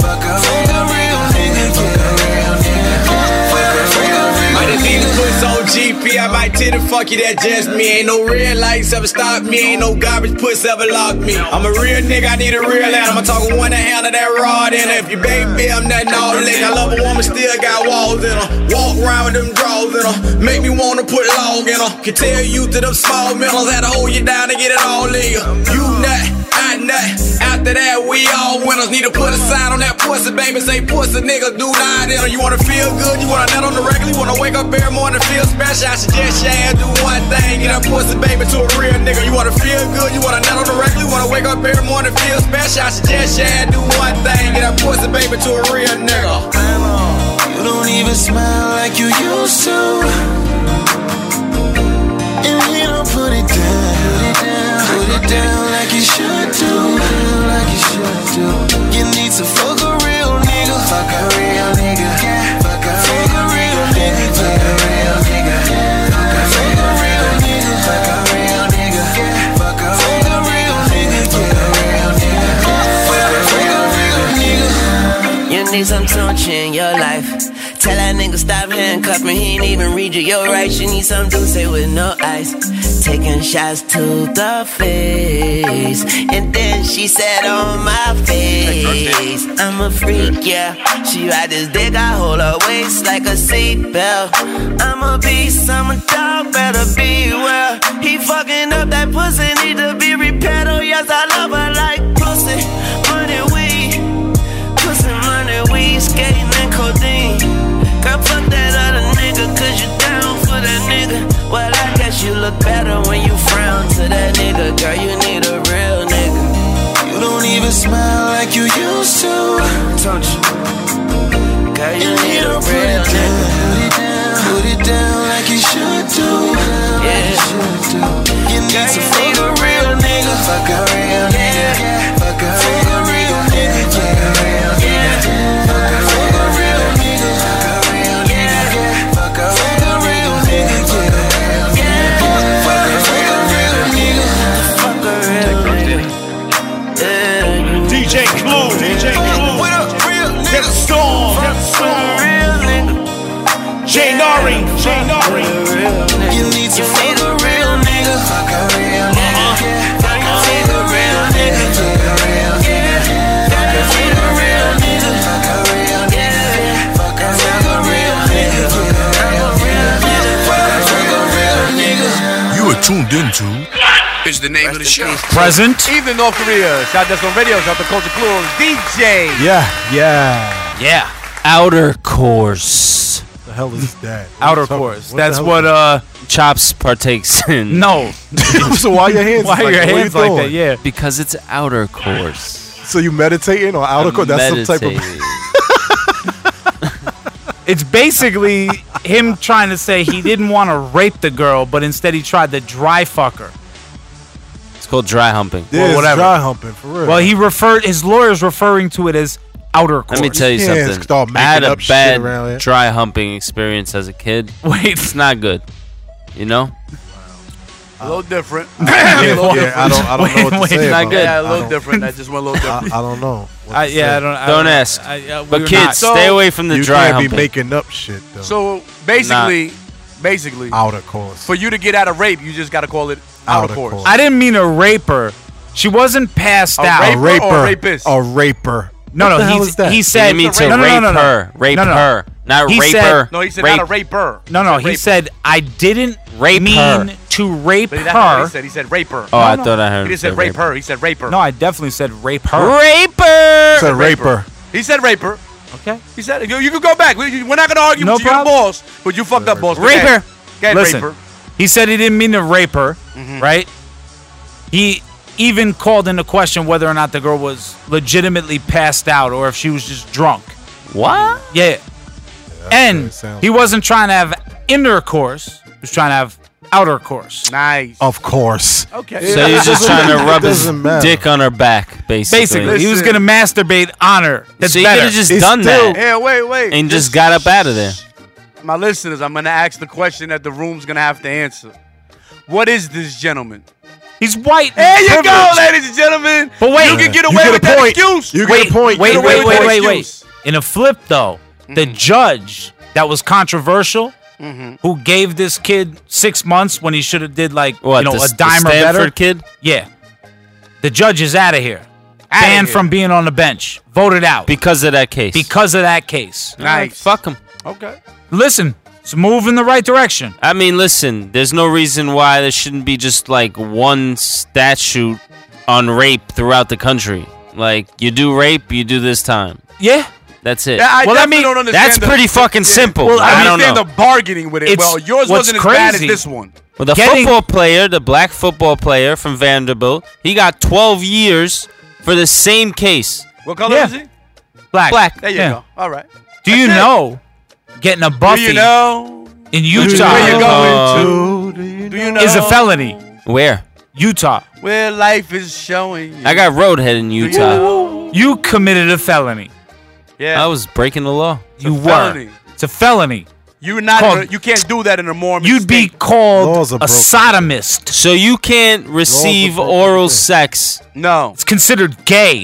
[SPEAKER 8] Fuck a fuck a real nigga. Fuck a real nigga. Fuck a fuck a real
[SPEAKER 9] Might have been puss on GP. I might tell the fuck you that just me. Ain't no red lights ever stop me. Ain't no garbage puss ever lock me. I'm a real nigga. I need a real ad. I'm a talking one to handle that rod in her. If you baby, I'm nothing all lick. I love a woman, still got walls in her. Walk around with them draws in her. Make me wanna put log in her. Can tell you to them small mentals had to hold you down to get it all in you. You nut. I nut. After that, we all winners. Need to put a sign on that pussy, baby. Say pussy, nigga, do not in her. You wanna feel good? You wanna nut on the regular? You wanna wake up every morning and feel special? I suggest you ass do one thing. Get that pussy, baby, to a real nigga. You wanna feel good? You wanna nut on the regular? You wanna wake up every morning and feel special? I suggest you ass do one thing. Get that pussy, baby, to a real nigga.
[SPEAKER 8] You don't even smile like you used to. And he don't put it down. Put it down like he should do.
[SPEAKER 10] ways I'm touching your life. Tell that nigga stop handcuffing, he ain't even read you. You're right, you need some say with no ice. Taking shots to the face. And then she said on my face, I'm a freak, yeah. She ride this dick, I hold her waist like a seatbelt. I'm a beast, I'm a dog, better beware. He fucking up that pussy, need to be repaired. Oh, yes, I love her like pussy. Money, weed. Pussy money, weed, skating and codeine. Girl, fuck that other nigga, cause you down for that nigga. Well, I guess you look better when you frown to that nigga. Girl, you need a real nigga. You don't even smile like you used to. Don't you? Girl, you need a real nigga.
[SPEAKER 8] Put it down like you should do. Yeah. You need to fuck a real nigga. Fuck a real nigga. Fuck a real real nigga. Fuck a real nigga. Fuck a fuck a real nigga. Fuck a real nigga. Fuck a fuck a real nigga. Fuck a real nigga. Fuck a fuck a real nigga. Fuck a real nigga.
[SPEAKER 11] DJ Clue, DJ Clue. What up, real nigga? Get storm, get storm. Real nigga. Jay Nari, Jay Nari.
[SPEAKER 8] You need to fuck a real nigga. Fuck a real nigga. Fuck a fuck a real nigga. Fuck a real nigga. Fuck a fuck a real nigga. Fuck a real nigga. Fuck a fuck a real nigga. Fuck a real nigga. Fuck a fuck a real nigga.
[SPEAKER 4] You are tuned into. Is the name of the show.
[SPEAKER 5] Present.
[SPEAKER 6] Even North Korea. Shout out to Radio. Shout out to Culture Clue. DJ.
[SPEAKER 3] Yeah, yeah.
[SPEAKER 7] Yeah. Outer course.
[SPEAKER 3] The hell is that?
[SPEAKER 5] Outer
[SPEAKER 3] What's up-
[SPEAKER 5] course.
[SPEAKER 3] the
[SPEAKER 5] That's
[SPEAKER 3] hell
[SPEAKER 5] what uh
[SPEAKER 7] Chops partakes in.
[SPEAKER 5] no.
[SPEAKER 3] [laughs] so why your
[SPEAKER 7] [laughs]
[SPEAKER 3] hands?
[SPEAKER 5] Why
[SPEAKER 3] like,
[SPEAKER 5] are
[SPEAKER 3] that?
[SPEAKER 5] your
[SPEAKER 3] What you
[SPEAKER 5] hands like that?
[SPEAKER 3] doing?
[SPEAKER 5] Yeah.
[SPEAKER 7] Because it's outer course.
[SPEAKER 3] So you meditating or outer court? That's some type of.
[SPEAKER 7] Meditating.
[SPEAKER 5] It's basically him trying to say he didn't want to rape the girl, but instead he tried to dry fuck her.
[SPEAKER 7] It's called dry humping.
[SPEAKER 3] Yeah, it's
[SPEAKER 5] whatever.
[SPEAKER 3] dry humping for real.
[SPEAKER 5] Well, he referred his lawyer's referring to it as outer course.
[SPEAKER 7] Let me tell you
[SPEAKER 3] You can't
[SPEAKER 7] something.
[SPEAKER 3] start
[SPEAKER 7] I had
[SPEAKER 3] making
[SPEAKER 7] a
[SPEAKER 3] up shit around here.
[SPEAKER 7] bad dry humping experience as a kid. [laughs]
[SPEAKER 5] Wait.
[SPEAKER 7] It's not good. You know?
[SPEAKER 6] A little different.
[SPEAKER 3] yeah, I don't, I don't know what to
[SPEAKER 5] Wait,
[SPEAKER 3] say.
[SPEAKER 7] it's not
[SPEAKER 3] about
[SPEAKER 7] good.
[SPEAKER 3] that. I
[SPEAKER 6] Yeah, a little
[SPEAKER 3] don't-
[SPEAKER 6] different. [laughs] That just went a little
[SPEAKER 3] I,
[SPEAKER 6] different.
[SPEAKER 3] I don't know. what
[SPEAKER 5] I,
[SPEAKER 3] to
[SPEAKER 5] yeah, I
[SPEAKER 3] say.
[SPEAKER 5] don't. I
[SPEAKER 7] Don't ask.
[SPEAKER 5] I, uh, we
[SPEAKER 7] But
[SPEAKER 5] were
[SPEAKER 7] kids,
[SPEAKER 5] not.
[SPEAKER 7] stay away from the
[SPEAKER 3] you
[SPEAKER 7] dry
[SPEAKER 3] can't
[SPEAKER 7] humping.
[SPEAKER 3] be making up shit though.
[SPEAKER 6] So basically, basically,
[SPEAKER 3] outer course.
[SPEAKER 6] for you to get out of rape, you just got to call it out
[SPEAKER 3] Outer
[SPEAKER 6] of course.
[SPEAKER 3] course.
[SPEAKER 5] I didn't mean a raper. She wasn't passed
[SPEAKER 6] A
[SPEAKER 5] out.
[SPEAKER 6] rape-
[SPEAKER 3] a raper,
[SPEAKER 6] or rapist?
[SPEAKER 3] a raper.
[SPEAKER 5] No,
[SPEAKER 3] What
[SPEAKER 5] no,
[SPEAKER 3] the hell
[SPEAKER 5] he's-
[SPEAKER 3] is that?
[SPEAKER 5] he
[SPEAKER 7] He
[SPEAKER 5] said
[SPEAKER 7] didn't mean to
[SPEAKER 5] no, no,
[SPEAKER 7] rape
[SPEAKER 5] no, no, no.
[SPEAKER 7] her. Rape
[SPEAKER 5] No, no.
[SPEAKER 7] her. Not
[SPEAKER 5] He
[SPEAKER 7] rape
[SPEAKER 5] said-
[SPEAKER 7] her.
[SPEAKER 6] No, he said
[SPEAKER 7] rape.
[SPEAKER 6] not a raper.
[SPEAKER 5] No, no,
[SPEAKER 6] It's a
[SPEAKER 5] he
[SPEAKER 6] raper.
[SPEAKER 5] said I didn't
[SPEAKER 7] Rape
[SPEAKER 5] mean
[SPEAKER 7] her.
[SPEAKER 5] to rape
[SPEAKER 6] But
[SPEAKER 5] her.
[SPEAKER 6] that's not what he said. He said raper.
[SPEAKER 7] Oh,
[SPEAKER 6] No,
[SPEAKER 7] I
[SPEAKER 6] no.
[SPEAKER 7] thought I heard.
[SPEAKER 6] He didn't
[SPEAKER 7] him
[SPEAKER 6] say
[SPEAKER 7] say
[SPEAKER 6] rape her. He said raper.
[SPEAKER 5] No, I definitely said rape her.
[SPEAKER 7] Raper.
[SPEAKER 3] It's a raper.
[SPEAKER 6] He said raper.
[SPEAKER 5] Okay.
[SPEAKER 6] He said you, you can go back. We, are not gonna argue
[SPEAKER 5] No
[SPEAKER 6] with you. You're the
[SPEAKER 5] problem.
[SPEAKER 6] boss, but you fucked up, boss.
[SPEAKER 7] Raper.
[SPEAKER 6] Get- Get
[SPEAKER 5] Listen.
[SPEAKER 6] raper.
[SPEAKER 5] He said he didn't mean to rape her, right? He even called into question whether or not the girl was legitimately passed out or if she was just drunk.
[SPEAKER 7] What?
[SPEAKER 5] Yeah.
[SPEAKER 3] what
[SPEAKER 5] and
[SPEAKER 3] it sounds
[SPEAKER 5] he wasn't trying to have intercourse, he was trying to have outer course.
[SPEAKER 6] Nice.
[SPEAKER 3] Of course.
[SPEAKER 6] Okay.
[SPEAKER 7] So he's just trying [laughs] to
[SPEAKER 3] It
[SPEAKER 7] rub his
[SPEAKER 3] doesn't matter.
[SPEAKER 7] dick on her back, basically.
[SPEAKER 5] Basically, he was
[SPEAKER 6] Listen.
[SPEAKER 5] going to masturbate on her. That's
[SPEAKER 7] so he could
[SPEAKER 5] better.
[SPEAKER 7] have just
[SPEAKER 3] It's
[SPEAKER 7] done
[SPEAKER 3] still-
[SPEAKER 7] that
[SPEAKER 6] Yeah, wait, wait.
[SPEAKER 7] and
[SPEAKER 6] This-
[SPEAKER 7] just got up out of there.
[SPEAKER 6] my listeners, I'm gonna ask the question that the room's gonna have to answer. What is this gentleman?
[SPEAKER 5] He's white. and
[SPEAKER 6] There you go,
[SPEAKER 5] privileged.
[SPEAKER 6] ladies and gentlemen.
[SPEAKER 5] But wait.
[SPEAKER 6] you can get
[SPEAKER 3] You
[SPEAKER 6] away
[SPEAKER 3] get a
[SPEAKER 6] with that
[SPEAKER 3] point.
[SPEAKER 6] excuse.
[SPEAKER 3] You
[SPEAKER 5] wait,
[SPEAKER 3] get a point.
[SPEAKER 5] Wait,
[SPEAKER 6] Get away
[SPEAKER 5] wait,
[SPEAKER 6] with
[SPEAKER 5] wait,
[SPEAKER 6] that
[SPEAKER 5] wait, wait.
[SPEAKER 6] excuse.
[SPEAKER 5] In a flip, though, the judge that was controversial, who gave this kid six months when he should have did like
[SPEAKER 7] What?
[SPEAKER 5] you know
[SPEAKER 7] the,
[SPEAKER 5] a
[SPEAKER 7] the
[SPEAKER 5] dime or
[SPEAKER 7] Stanford
[SPEAKER 5] better.
[SPEAKER 7] kid?
[SPEAKER 5] Yeah, the judge is out of here, banned
[SPEAKER 6] here.
[SPEAKER 5] from being on the bench, voted out
[SPEAKER 7] Because of that case.
[SPEAKER 5] because of that case.
[SPEAKER 6] Nice.
[SPEAKER 7] Fuck him.
[SPEAKER 6] Okay.
[SPEAKER 5] Listen, it's a move in the right direction.
[SPEAKER 7] I mean, listen, there's no reason why there shouldn't be just like one statute on rape throughout the country. Like, you do rape, you do this time.
[SPEAKER 5] Yeah,
[SPEAKER 7] That's it.
[SPEAKER 6] Yeah, I
[SPEAKER 5] Well, I
[SPEAKER 6] definitely
[SPEAKER 5] mean,
[SPEAKER 6] don't understand.
[SPEAKER 7] That's
[SPEAKER 6] the-
[SPEAKER 7] pretty fucking simple.
[SPEAKER 5] Well, I
[SPEAKER 7] I,
[SPEAKER 6] I
[SPEAKER 7] don't
[SPEAKER 6] understand
[SPEAKER 7] know.
[SPEAKER 6] the bargaining with it.
[SPEAKER 5] It's-
[SPEAKER 6] well, yours
[SPEAKER 5] what's
[SPEAKER 6] wasn't as bad as
[SPEAKER 5] crazy-
[SPEAKER 6] this one.
[SPEAKER 7] well, the
[SPEAKER 5] getting-
[SPEAKER 7] football player, the black football player from Vanderbilt, he got 12 years for the same case.
[SPEAKER 6] What color
[SPEAKER 5] Yeah.
[SPEAKER 6] is he?
[SPEAKER 5] black.
[SPEAKER 7] Black.
[SPEAKER 6] There you
[SPEAKER 5] Yeah.
[SPEAKER 6] go. All right.
[SPEAKER 5] Do you
[SPEAKER 6] That's it.
[SPEAKER 5] know getting a buffy
[SPEAKER 6] Do you know?
[SPEAKER 5] in
[SPEAKER 6] Where you
[SPEAKER 5] Utah
[SPEAKER 7] Uh,
[SPEAKER 6] going to? Do you know?
[SPEAKER 5] is a felony?
[SPEAKER 7] Where?
[SPEAKER 5] Utah,
[SPEAKER 6] Where life is showing you.
[SPEAKER 7] I got roadhead in Utah.
[SPEAKER 5] you committed a felony.
[SPEAKER 6] Yeah.
[SPEAKER 7] I was breaking the law.
[SPEAKER 5] you
[SPEAKER 6] a
[SPEAKER 5] were.
[SPEAKER 6] felony.
[SPEAKER 5] It's a felony.
[SPEAKER 6] You're not.
[SPEAKER 5] Called-
[SPEAKER 6] you can't do that in a Mormon.
[SPEAKER 5] You'd be
[SPEAKER 6] state.
[SPEAKER 5] called
[SPEAKER 3] Laws are
[SPEAKER 5] a
[SPEAKER 3] broken.
[SPEAKER 5] sodomist.
[SPEAKER 7] So you can't receive
[SPEAKER 3] broken,
[SPEAKER 7] oral
[SPEAKER 3] yeah.
[SPEAKER 7] sex
[SPEAKER 6] no.
[SPEAKER 5] It's considered gay.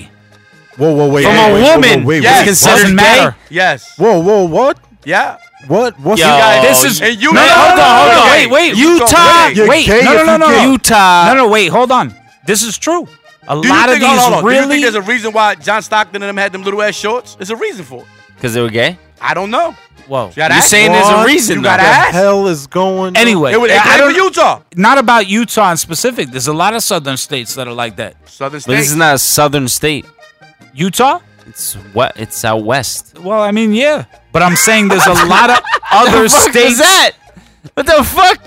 [SPEAKER 3] Whoa, whoa, wait.
[SPEAKER 6] From
[SPEAKER 3] whoa,
[SPEAKER 6] a
[SPEAKER 3] wait, whoa,
[SPEAKER 6] woman.
[SPEAKER 3] whoa, wait,
[SPEAKER 6] Yes.
[SPEAKER 3] wait,
[SPEAKER 6] Considered
[SPEAKER 3] what?
[SPEAKER 6] matter. Yes.
[SPEAKER 3] Whoa, whoa, what?
[SPEAKER 6] Yeah.
[SPEAKER 3] What? What's
[SPEAKER 6] Yo, You got- this is- and you-
[SPEAKER 5] no,
[SPEAKER 6] no,
[SPEAKER 5] hold
[SPEAKER 6] no,
[SPEAKER 5] on,
[SPEAKER 6] no,
[SPEAKER 5] hold on,
[SPEAKER 6] no,
[SPEAKER 5] wait,
[SPEAKER 6] no.
[SPEAKER 5] wait,
[SPEAKER 6] You're
[SPEAKER 5] Utah,
[SPEAKER 6] gay. You're
[SPEAKER 5] wait,
[SPEAKER 6] gay
[SPEAKER 5] no,
[SPEAKER 6] if
[SPEAKER 5] no, no,
[SPEAKER 6] you
[SPEAKER 5] no,
[SPEAKER 6] gay.
[SPEAKER 5] Utah, no, no, wait, hold on. This is true. A
[SPEAKER 6] Do you
[SPEAKER 5] lot of
[SPEAKER 6] think- hold on,
[SPEAKER 5] these
[SPEAKER 6] hold on. Do you
[SPEAKER 5] really
[SPEAKER 6] think there's a reason why John Stockton and them had them little ass shorts? There's a reason for it.
[SPEAKER 7] Because they were gay?
[SPEAKER 6] I don't know.
[SPEAKER 5] Whoa.
[SPEAKER 6] You gotta
[SPEAKER 7] You're
[SPEAKER 6] ask.
[SPEAKER 7] saying there's a
[SPEAKER 6] What?
[SPEAKER 7] reason,
[SPEAKER 6] You
[SPEAKER 7] though.
[SPEAKER 6] gotta
[SPEAKER 7] The
[SPEAKER 6] ask.
[SPEAKER 3] hell is going
[SPEAKER 5] Anyway,
[SPEAKER 6] It would- it
[SPEAKER 5] I
[SPEAKER 6] came
[SPEAKER 5] don't-
[SPEAKER 6] from Utah.
[SPEAKER 5] Not about Utah in specific. There's a lot of southern states that are like that.
[SPEAKER 6] Southern
[SPEAKER 7] But this is not a southern state.
[SPEAKER 5] Utah?
[SPEAKER 7] It's what? It's out west.
[SPEAKER 5] Well, I mean, yeah, but I'm saying there's a lot
[SPEAKER 7] [laughs]
[SPEAKER 5] of other
[SPEAKER 7] The fuck was
[SPEAKER 5] states.
[SPEAKER 7] that? What the fuck?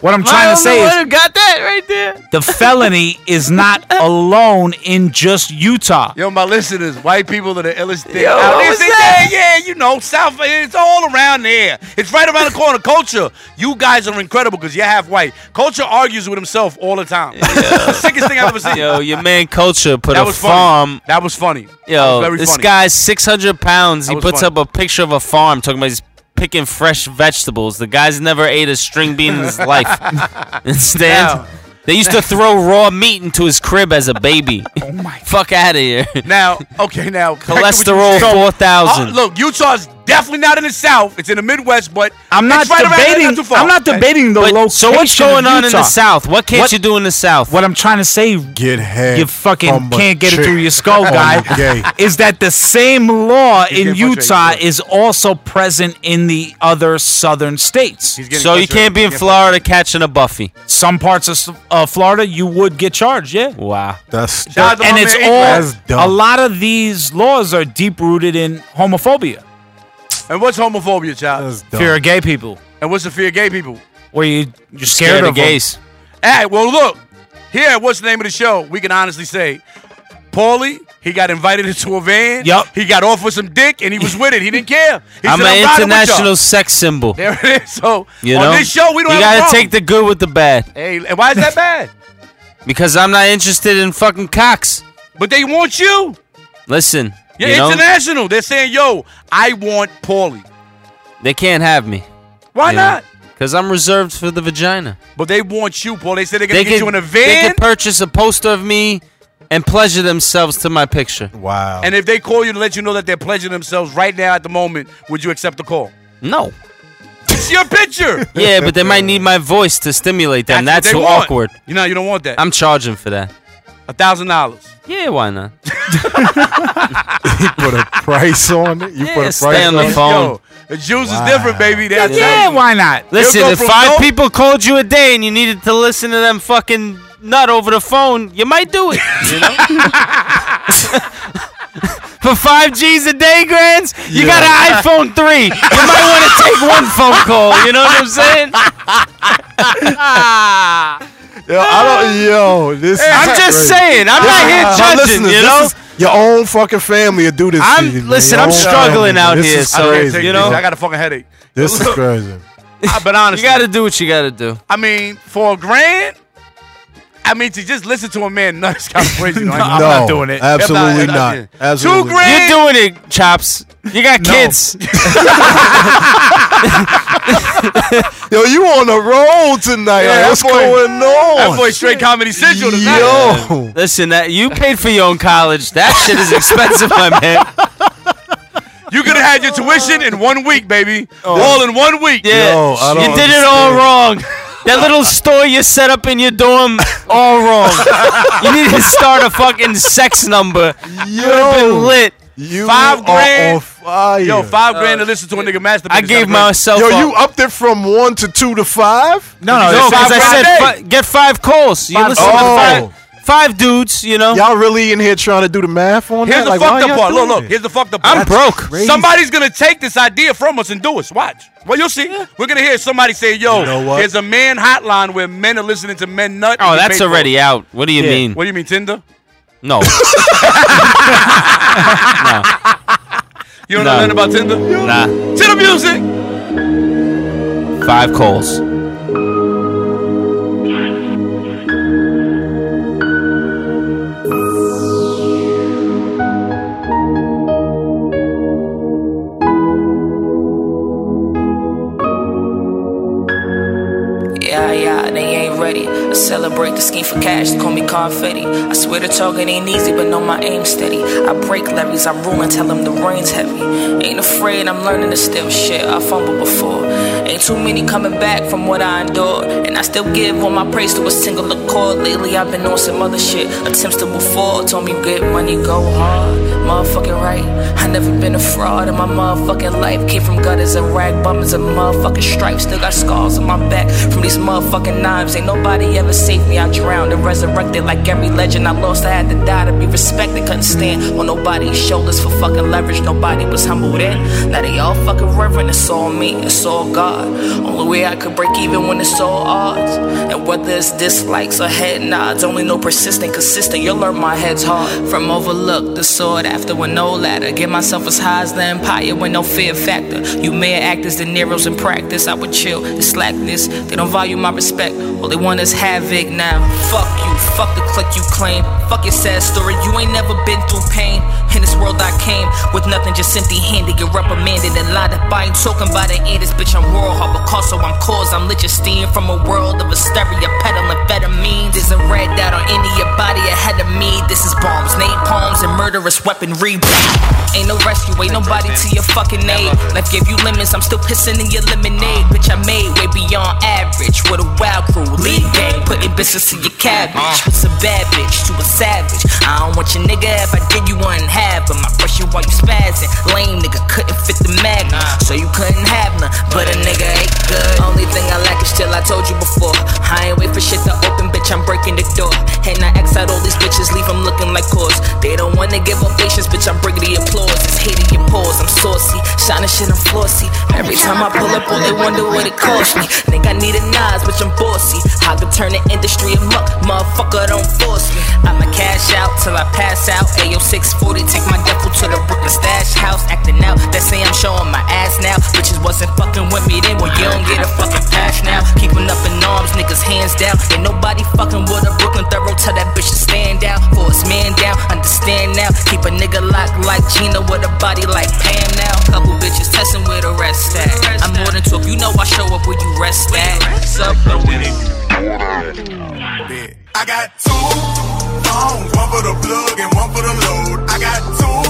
[SPEAKER 5] What I'm
[SPEAKER 7] I
[SPEAKER 5] trying
[SPEAKER 7] don't
[SPEAKER 5] to say
[SPEAKER 7] know
[SPEAKER 5] is
[SPEAKER 7] where you got that right there.
[SPEAKER 5] the felony is [laughs] not alone in just Utah.
[SPEAKER 6] Yo, my listeners, white people are the illest thing
[SPEAKER 5] Yo,
[SPEAKER 6] out
[SPEAKER 5] what
[SPEAKER 6] there.
[SPEAKER 5] was
[SPEAKER 6] They-
[SPEAKER 5] that?
[SPEAKER 6] Yeah, yeah, you know, South, it's all around there. It's right around the corner. Culture, you guys are incredible because you're half white. Culture argues with himself all the
[SPEAKER 7] [laughs]
[SPEAKER 6] time. the [laughs] sickest thing I've ever seen.
[SPEAKER 7] Yo, your man culture put
[SPEAKER 6] That
[SPEAKER 7] a
[SPEAKER 6] was funny.
[SPEAKER 7] farm.
[SPEAKER 6] That was funny. That was
[SPEAKER 7] Yo,
[SPEAKER 6] very
[SPEAKER 7] this
[SPEAKER 6] funny.
[SPEAKER 7] guy's 600 pounds.
[SPEAKER 6] That
[SPEAKER 7] He
[SPEAKER 6] was
[SPEAKER 7] puts
[SPEAKER 6] funny.
[SPEAKER 7] up a picture of a farm talking about he's picking fresh vegetables. The guy's never ate a string bean in his
[SPEAKER 6] [laughs]
[SPEAKER 7] life. Understand?
[SPEAKER 6] Now-
[SPEAKER 7] They used to throw raw meat into his crib as a baby. oh my! [laughs] Fuck out of here. [laughs]
[SPEAKER 6] Now, okay, now back to what you
[SPEAKER 7] Cholesterol
[SPEAKER 6] said.
[SPEAKER 7] 4,000.
[SPEAKER 6] Uh, look, Utah's definitely not in the South. It's in the Midwest, but
[SPEAKER 5] I'm not
[SPEAKER 6] it's right around there,
[SPEAKER 5] debating.
[SPEAKER 6] not too far.
[SPEAKER 5] I'm not
[SPEAKER 6] Okay.
[SPEAKER 5] debating the location.
[SPEAKER 7] so what's going
[SPEAKER 5] of
[SPEAKER 7] on in the
[SPEAKER 5] Utah.
[SPEAKER 7] South? What can't
[SPEAKER 5] What-
[SPEAKER 7] you do in the South?
[SPEAKER 5] What I'm trying to say,
[SPEAKER 3] Get head.
[SPEAKER 5] you fucking
[SPEAKER 3] from a
[SPEAKER 5] can't get it
[SPEAKER 3] chick
[SPEAKER 5] through your skull,
[SPEAKER 3] on
[SPEAKER 5] guy,
[SPEAKER 3] the gay.
[SPEAKER 5] is that the same law in
[SPEAKER 6] getting frustrated,
[SPEAKER 5] Utah
[SPEAKER 6] bro.
[SPEAKER 5] is also present in the other southern states.
[SPEAKER 6] He's getting
[SPEAKER 7] so you
[SPEAKER 6] frustrated.
[SPEAKER 7] can't be in
[SPEAKER 6] He
[SPEAKER 7] Florida catching a Buffy.
[SPEAKER 5] Some parts of S- uh, Florida, you would get charged, yeah.
[SPEAKER 7] Wow.
[SPEAKER 3] That's
[SPEAKER 6] Shout out to my
[SPEAKER 5] and it's
[SPEAKER 6] man Ignorant.
[SPEAKER 3] That's
[SPEAKER 5] all
[SPEAKER 3] dumb.
[SPEAKER 5] a lot of these laws are deep rooted in homophobia,
[SPEAKER 6] And what's homophobia, child?
[SPEAKER 3] that's dumb.
[SPEAKER 5] fear of gay people,
[SPEAKER 6] and what's the fear of gay people?
[SPEAKER 5] where you you're scared, of them.
[SPEAKER 7] gays.
[SPEAKER 6] All right, well, look, here at What's the Name of the Show, we can honestly say, Paulie, he got invited into a van.
[SPEAKER 5] Yup.
[SPEAKER 6] He got offered some dick and he was with it. He didn't care.
[SPEAKER 7] [laughs]
[SPEAKER 6] He
[SPEAKER 7] I'm an
[SPEAKER 6] said, riding with y'all."
[SPEAKER 7] international sex symbol.
[SPEAKER 6] There it is. So,
[SPEAKER 7] You
[SPEAKER 6] on
[SPEAKER 7] know,
[SPEAKER 6] this show, we don't
[SPEAKER 7] you
[SPEAKER 6] have
[SPEAKER 7] gotta
[SPEAKER 6] a
[SPEAKER 7] take the good with the bad
[SPEAKER 6] Hey, and why is that bad?
[SPEAKER 7] because I'm not interested in fucking cocks.
[SPEAKER 6] but they want you.
[SPEAKER 7] Listen,
[SPEAKER 6] You're
[SPEAKER 7] you know,
[SPEAKER 6] international. They're saying, yo, I want Paulie.
[SPEAKER 7] they can't have me.
[SPEAKER 6] Why
[SPEAKER 7] you know?
[SPEAKER 6] not?
[SPEAKER 7] Because I'm reserved for the vagina.
[SPEAKER 6] But they want you, Paul. They said they're going
[SPEAKER 7] They
[SPEAKER 6] to get
[SPEAKER 7] could,
[SPEAKER 6] you in a
[SPEAKER 7] they
[SPEAKER 6] van.
[SPEAKER 7] could purchase a poster of me and pleasure themselves to my picture.
[SPEAKER 3] Wow.
[SPEAKER 6] and if they call you to let you know that they're pledging themselves right now at the moment, would you accept the call?
[SPEAKER 7] No.
[SPEAKER 6] It's your picture.
[SPEAKER 7] [laughs] Yeah, but they might need my voice to stimulate them.
[SPEAKER 6] That's
[SPEAKER 7] That's,
[SPEAKER 6] what they want.
[SPEAKER 7] awkward.
[SPEAKER 6] You know, you don't want that.
[SPEAKER 7] I'm charging for that.
[SPEAKER 6] A thousand dollars.
[SPEAKER 7] Yeah, why not?
[SPEAKER 3] you put a price on it. You put a
[SPEAKER 7] Yeah,
[SPEAKER 3] price
[SPEAKER 7] stay on
[SPEAKER 3] on
[SPEAKER 7] the
[SPEAKER 3] it.
[SPEAKER 7] phone.
[SPEAKER 6] Yo, the juice is different, baby. That's
[SPEAKER 5] Yeah, why not?
[SPEAKER 7] Listen,
[SPEAKER 6] go
[SPEAKER 7] if
[SPEAKER 6] from
[SPEAKER 7] five
[SPEAKER 6] no-
[SPEAKER 7] people called you a day and you needed to listen to them fucking nut over the phone, you might do it. You know? [laughs] For five G's a day, grands, you
[SPEAKER 3] [laughs]
[SPEAKER 7] got an iPhone 3. You might want to take one phone call. You know what I'm saying?
[SPEAKER 3] Yo, I don't. Yo, this. is
[SPEAKER 7] I'm just
[SPEAKER 3] crazy.
[SPEAKER 7] saying. I'm not here
[SPEAKER 3] My
[SPEAKER 7] judging.
[SPEAKER 3] listeners,
[SPEAKER 7] You
[SPEAKER 3] this
[SPEAKER 7] know.
[SPEAKER 3] is your own fucking family will do this. to
[SPEAKER 7] I'm-
[SPEAKER 3] you, man.
[SPEAKER 7] listen,
[SPEAKER 3] Your
[SPEAKER 7] I'm
[SPEAKER 3] own
[SPEAKER 7] struggling
[SPEAKER 3] family.
[SPEAKER 7] out
[SPEAKER 3] This
[SPEAKER 7] here,
[SPEAKER 3] is
[SPEAKER 7] so,
[SPEAKER 6] I,
[SPEAKER 3] crazy.
[SPEAKER 7] you know?
[SPEAKER 6] I got a fucking headache.
[SPEAKER 3] this is crazy.
[SPEAKER 6] I- Ah, but honestly,
[SPEAKER 7] You got to do what you got to do.
[SPEAKER 6] I mean, for a grand, I mean to just listen to a man [laughs] nut is kind of
[SPEAKER 3] [laughs]
[SPEAKER 6] crazy. no,
[SPEAKER 3] no,
[SPEAKER 5] not doing it.
[SPEAKER 3] Absolutely
[SPEAKER 6] I'm not-
[SPEAKER 3] not.
[SPEAKER 6] I'm not-
[SPEAKER 3] Absolutely.
[SPEAKER 6] Two grand-
[SPEAKER 7] You're doing it, chops. You got
[SPEAKER 3] [laughs]
[SPEAKER 7] kids.
[SPEAKER 3] Yo, you on the roll tonight?
[SPEAKER 6] Yeah,
[SPEAKER 3] like,
[SPEAKER 6] that
[SPEAKER 3] what's
[SPEAKER 6] boy-
[SPEAKER 3] going on?
[SPEAKER 6] That boy straight comedy central tonight.
[SPEAKER 3] Yo,
[SPEAKER 7] Listen, that you paid for your own college. That shit is expensive, my man.
[SPEAKER 6] You could have had your tuition in one week, baby. All in one week.
[SPEAKER 7] Yeah,
[SPEAKER 3] Oh. Yo, I
[SPEAKER 7] you
[SPEAKER 3] don't
[SPEAKER 7] did it all wrong. That little store you set up in your dorm, all wrong. you need to start a fucking sex number. You would have been
[SPEAKER 3] yo,
[SPEAKER 7] lit.
[SPEAKER 3] you
[SPEAKER 6] Five
[SPEAKER 3] are
[SPEAKER 6] grand.
[SPEAKER 3] on Oh, fire.
[SPEAKER 6] Yo, five grand to listen to a nigga masturbate.
[SPEAKER 7] I
[SPEAKER 6] is
[SPEAKER 7] gave
[SPEAKER 6] not crazy.
[SPEAKER 7] myself
[SPEAKER 3] Uh, Yo,
[SPEAKER 7] up.
[SPEAKER 3] you upped it from one to two to five?
[SPEAKER 5] No, no,
[SPEAKER 7] no,
[SPEAKER 5] it's-
[SPEAKER 7] because I
[SPEAKER 6] five
[SPEAKER 7] said
[SPEAKER 6] grand
[SPEAKER 7] fi- get five calls. You listen
[SPEAKER 3] calls.
[SPEAKER 7] to five, five dudes. You know,
[SPEAKER 3] Y'all really in here trying to do the math on
[SPEAKER 6] Here's
[SPEAKER 3] that?
[SPEAKER 6] the
[SPEAKER 3] Like, why
[SPEAKER 6] fucked up
[SPEAKER 3] y'all
[SPEAKER 6] part. Look,
[SPEAKER 3] doing
[SPEAKER 6] look.
[SPEAKER 3] it?
[SPEAKER 6] Here's the fucked up part.
[SPEAKER 7] I'm broke.
[SPEAKER 6] Somebody's gonna take this idea from us and do us. Watch. Well, you'll see. We're gonna hear somebody say, "Yo,
[SPEAKER 3] You know what?
[SPEAKER 6] there's a man hotline where men are listening to men nut." and
[SPEAKER 7] Oh,
[SPEAKER 6] get
[SPEAKER 7] that's
[SPEAKER 6] paid for
[SPEAKER 7] already
[SPEAKER 6] it."
[SPEAKER 7] out. What do you mean?
[SPEAKER 6] What do you mean, Tinder?
[SPEAKER 3] [laughs]
[SPEAKER 7] No.
[SPEAKER 6] You don't
[SPEAKER 7] No.
[SPEAKER 6] know nothing about Tinder?
[SPEAKER 7] nah.
[SPEAKER 6] To the music.
[SPEAKER 7] Five calls.
[SPEAKER 12] Yeah, yeah, they ain't ready. I celebrate the scheme for cash, they call me confetti. I swear the target ain't easy, but no, my aim steady. I break levees, I ruin, tell them the rain's heavy. Ain't afraid, I'm learning to still shit. I fumbled before. Ain't too many coming back from what I endured. And I still give all my praise to a single accord. Lately, I've been on some other shit. Attempts to move forward, told me get money, go hard. Motherfucking right. I never been a fraud in my motherfucking life. Came from gutters and rag bums and motherfucking stripes. Still got scars on my back from these motherfucking knives. Ain't nobody ever saved me. I drowned and resurrected like every legend I lost. I had to die to be respected. Couldn't stand on nobody's shoulders for fucking leverage. Nobody was humble then. Now they all fucking reverent. It's all me. It's all God. Only way I could break even when it's all odds. And whether it's dislikes or head nods, only no persistent, consistent. You'll learn my head's hard. From overlook, the sword after with no ladder. Get myself as high as the empire with no fear factor. You may act as the Nero's in practice. I would chill in slackness. They don't value my respect. All they want is havoc now. Fuck you. Fuck the clique you claim. Fuck your sad story. You ain't never been through pain. In this world I came with nothing, just empty handed. Get reprimanded and lied up. I ain't talking by the end. This bitch, I'm world hard. Picasso, I'm cause. I'm lit your steam from a world of hysteria. Peddling amphetamines. There's a red dot on any of your body ahead of me. This is bombs, napalms, and murderous weaponry. Ain't no rescue, ain't nobody to your fucking aid. Life gave you lemons, I'm still pissing in your lemonade. Bitch, I made way beyond average. With a wild crew, lead gang, putting bitches to your cabbage. It's a bad bitch to a savage. I don't want your nigga if I did you wouldn't have him. I brush you while you spazzing. Lame nigga couldn't fit the magnum, so you couldn't have none. But a nigga ain't good. Only thing I lack is chill. I told you before. I ain't wait for shit to open, bitch. I'm breaking the door. And I X out all these bitches, leave them looking like whores. They don't wanna give up patience, bitch. I'm breaking the applause. It's hating your pores. I'm saucy, shining shit. I'm flossy. Every time I pull up, all they wonder what it cost me. Think I need a Nas, bitch. I'm bossy. I could turn the industry amok, motherfucker. Don't force me. I'ma cash out till I pass out. Ayo 640, take my devil to the Brooklyn stash house. Acting out, they say I'm showing my ass now. Bitches wasn't fucking with me then, well you don't get a fucking pass now. Keeping up in arms, niggas hands down. Ain't nobody fucking with a Brooklyn thorough. Tell that bitch to stand down, for his man down. Understand now. Keep a nigga locked like Gina with a body like Pam now. Couple bitches testing where the rest at. I'm more than 12, you know I show up where you rest at. Sub
[SPEAKER 11] I got two phones, one for the plug and one for the load. I got two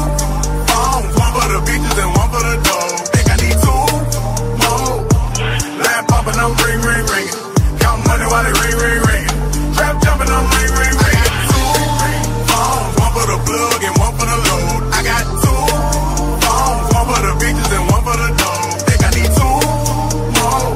[SPEAKER 11] phones, one for the bitches and one for the dog. Think I need two more. Line popping, I'm ring, ring, ringing. Count money while they ring, ring, ringing. Trap jumping, I'm ring, ring, ringing. Two phones, one for the plug and one for the load. I got two phones, one for the bitches and one for the dog. Think I need two more.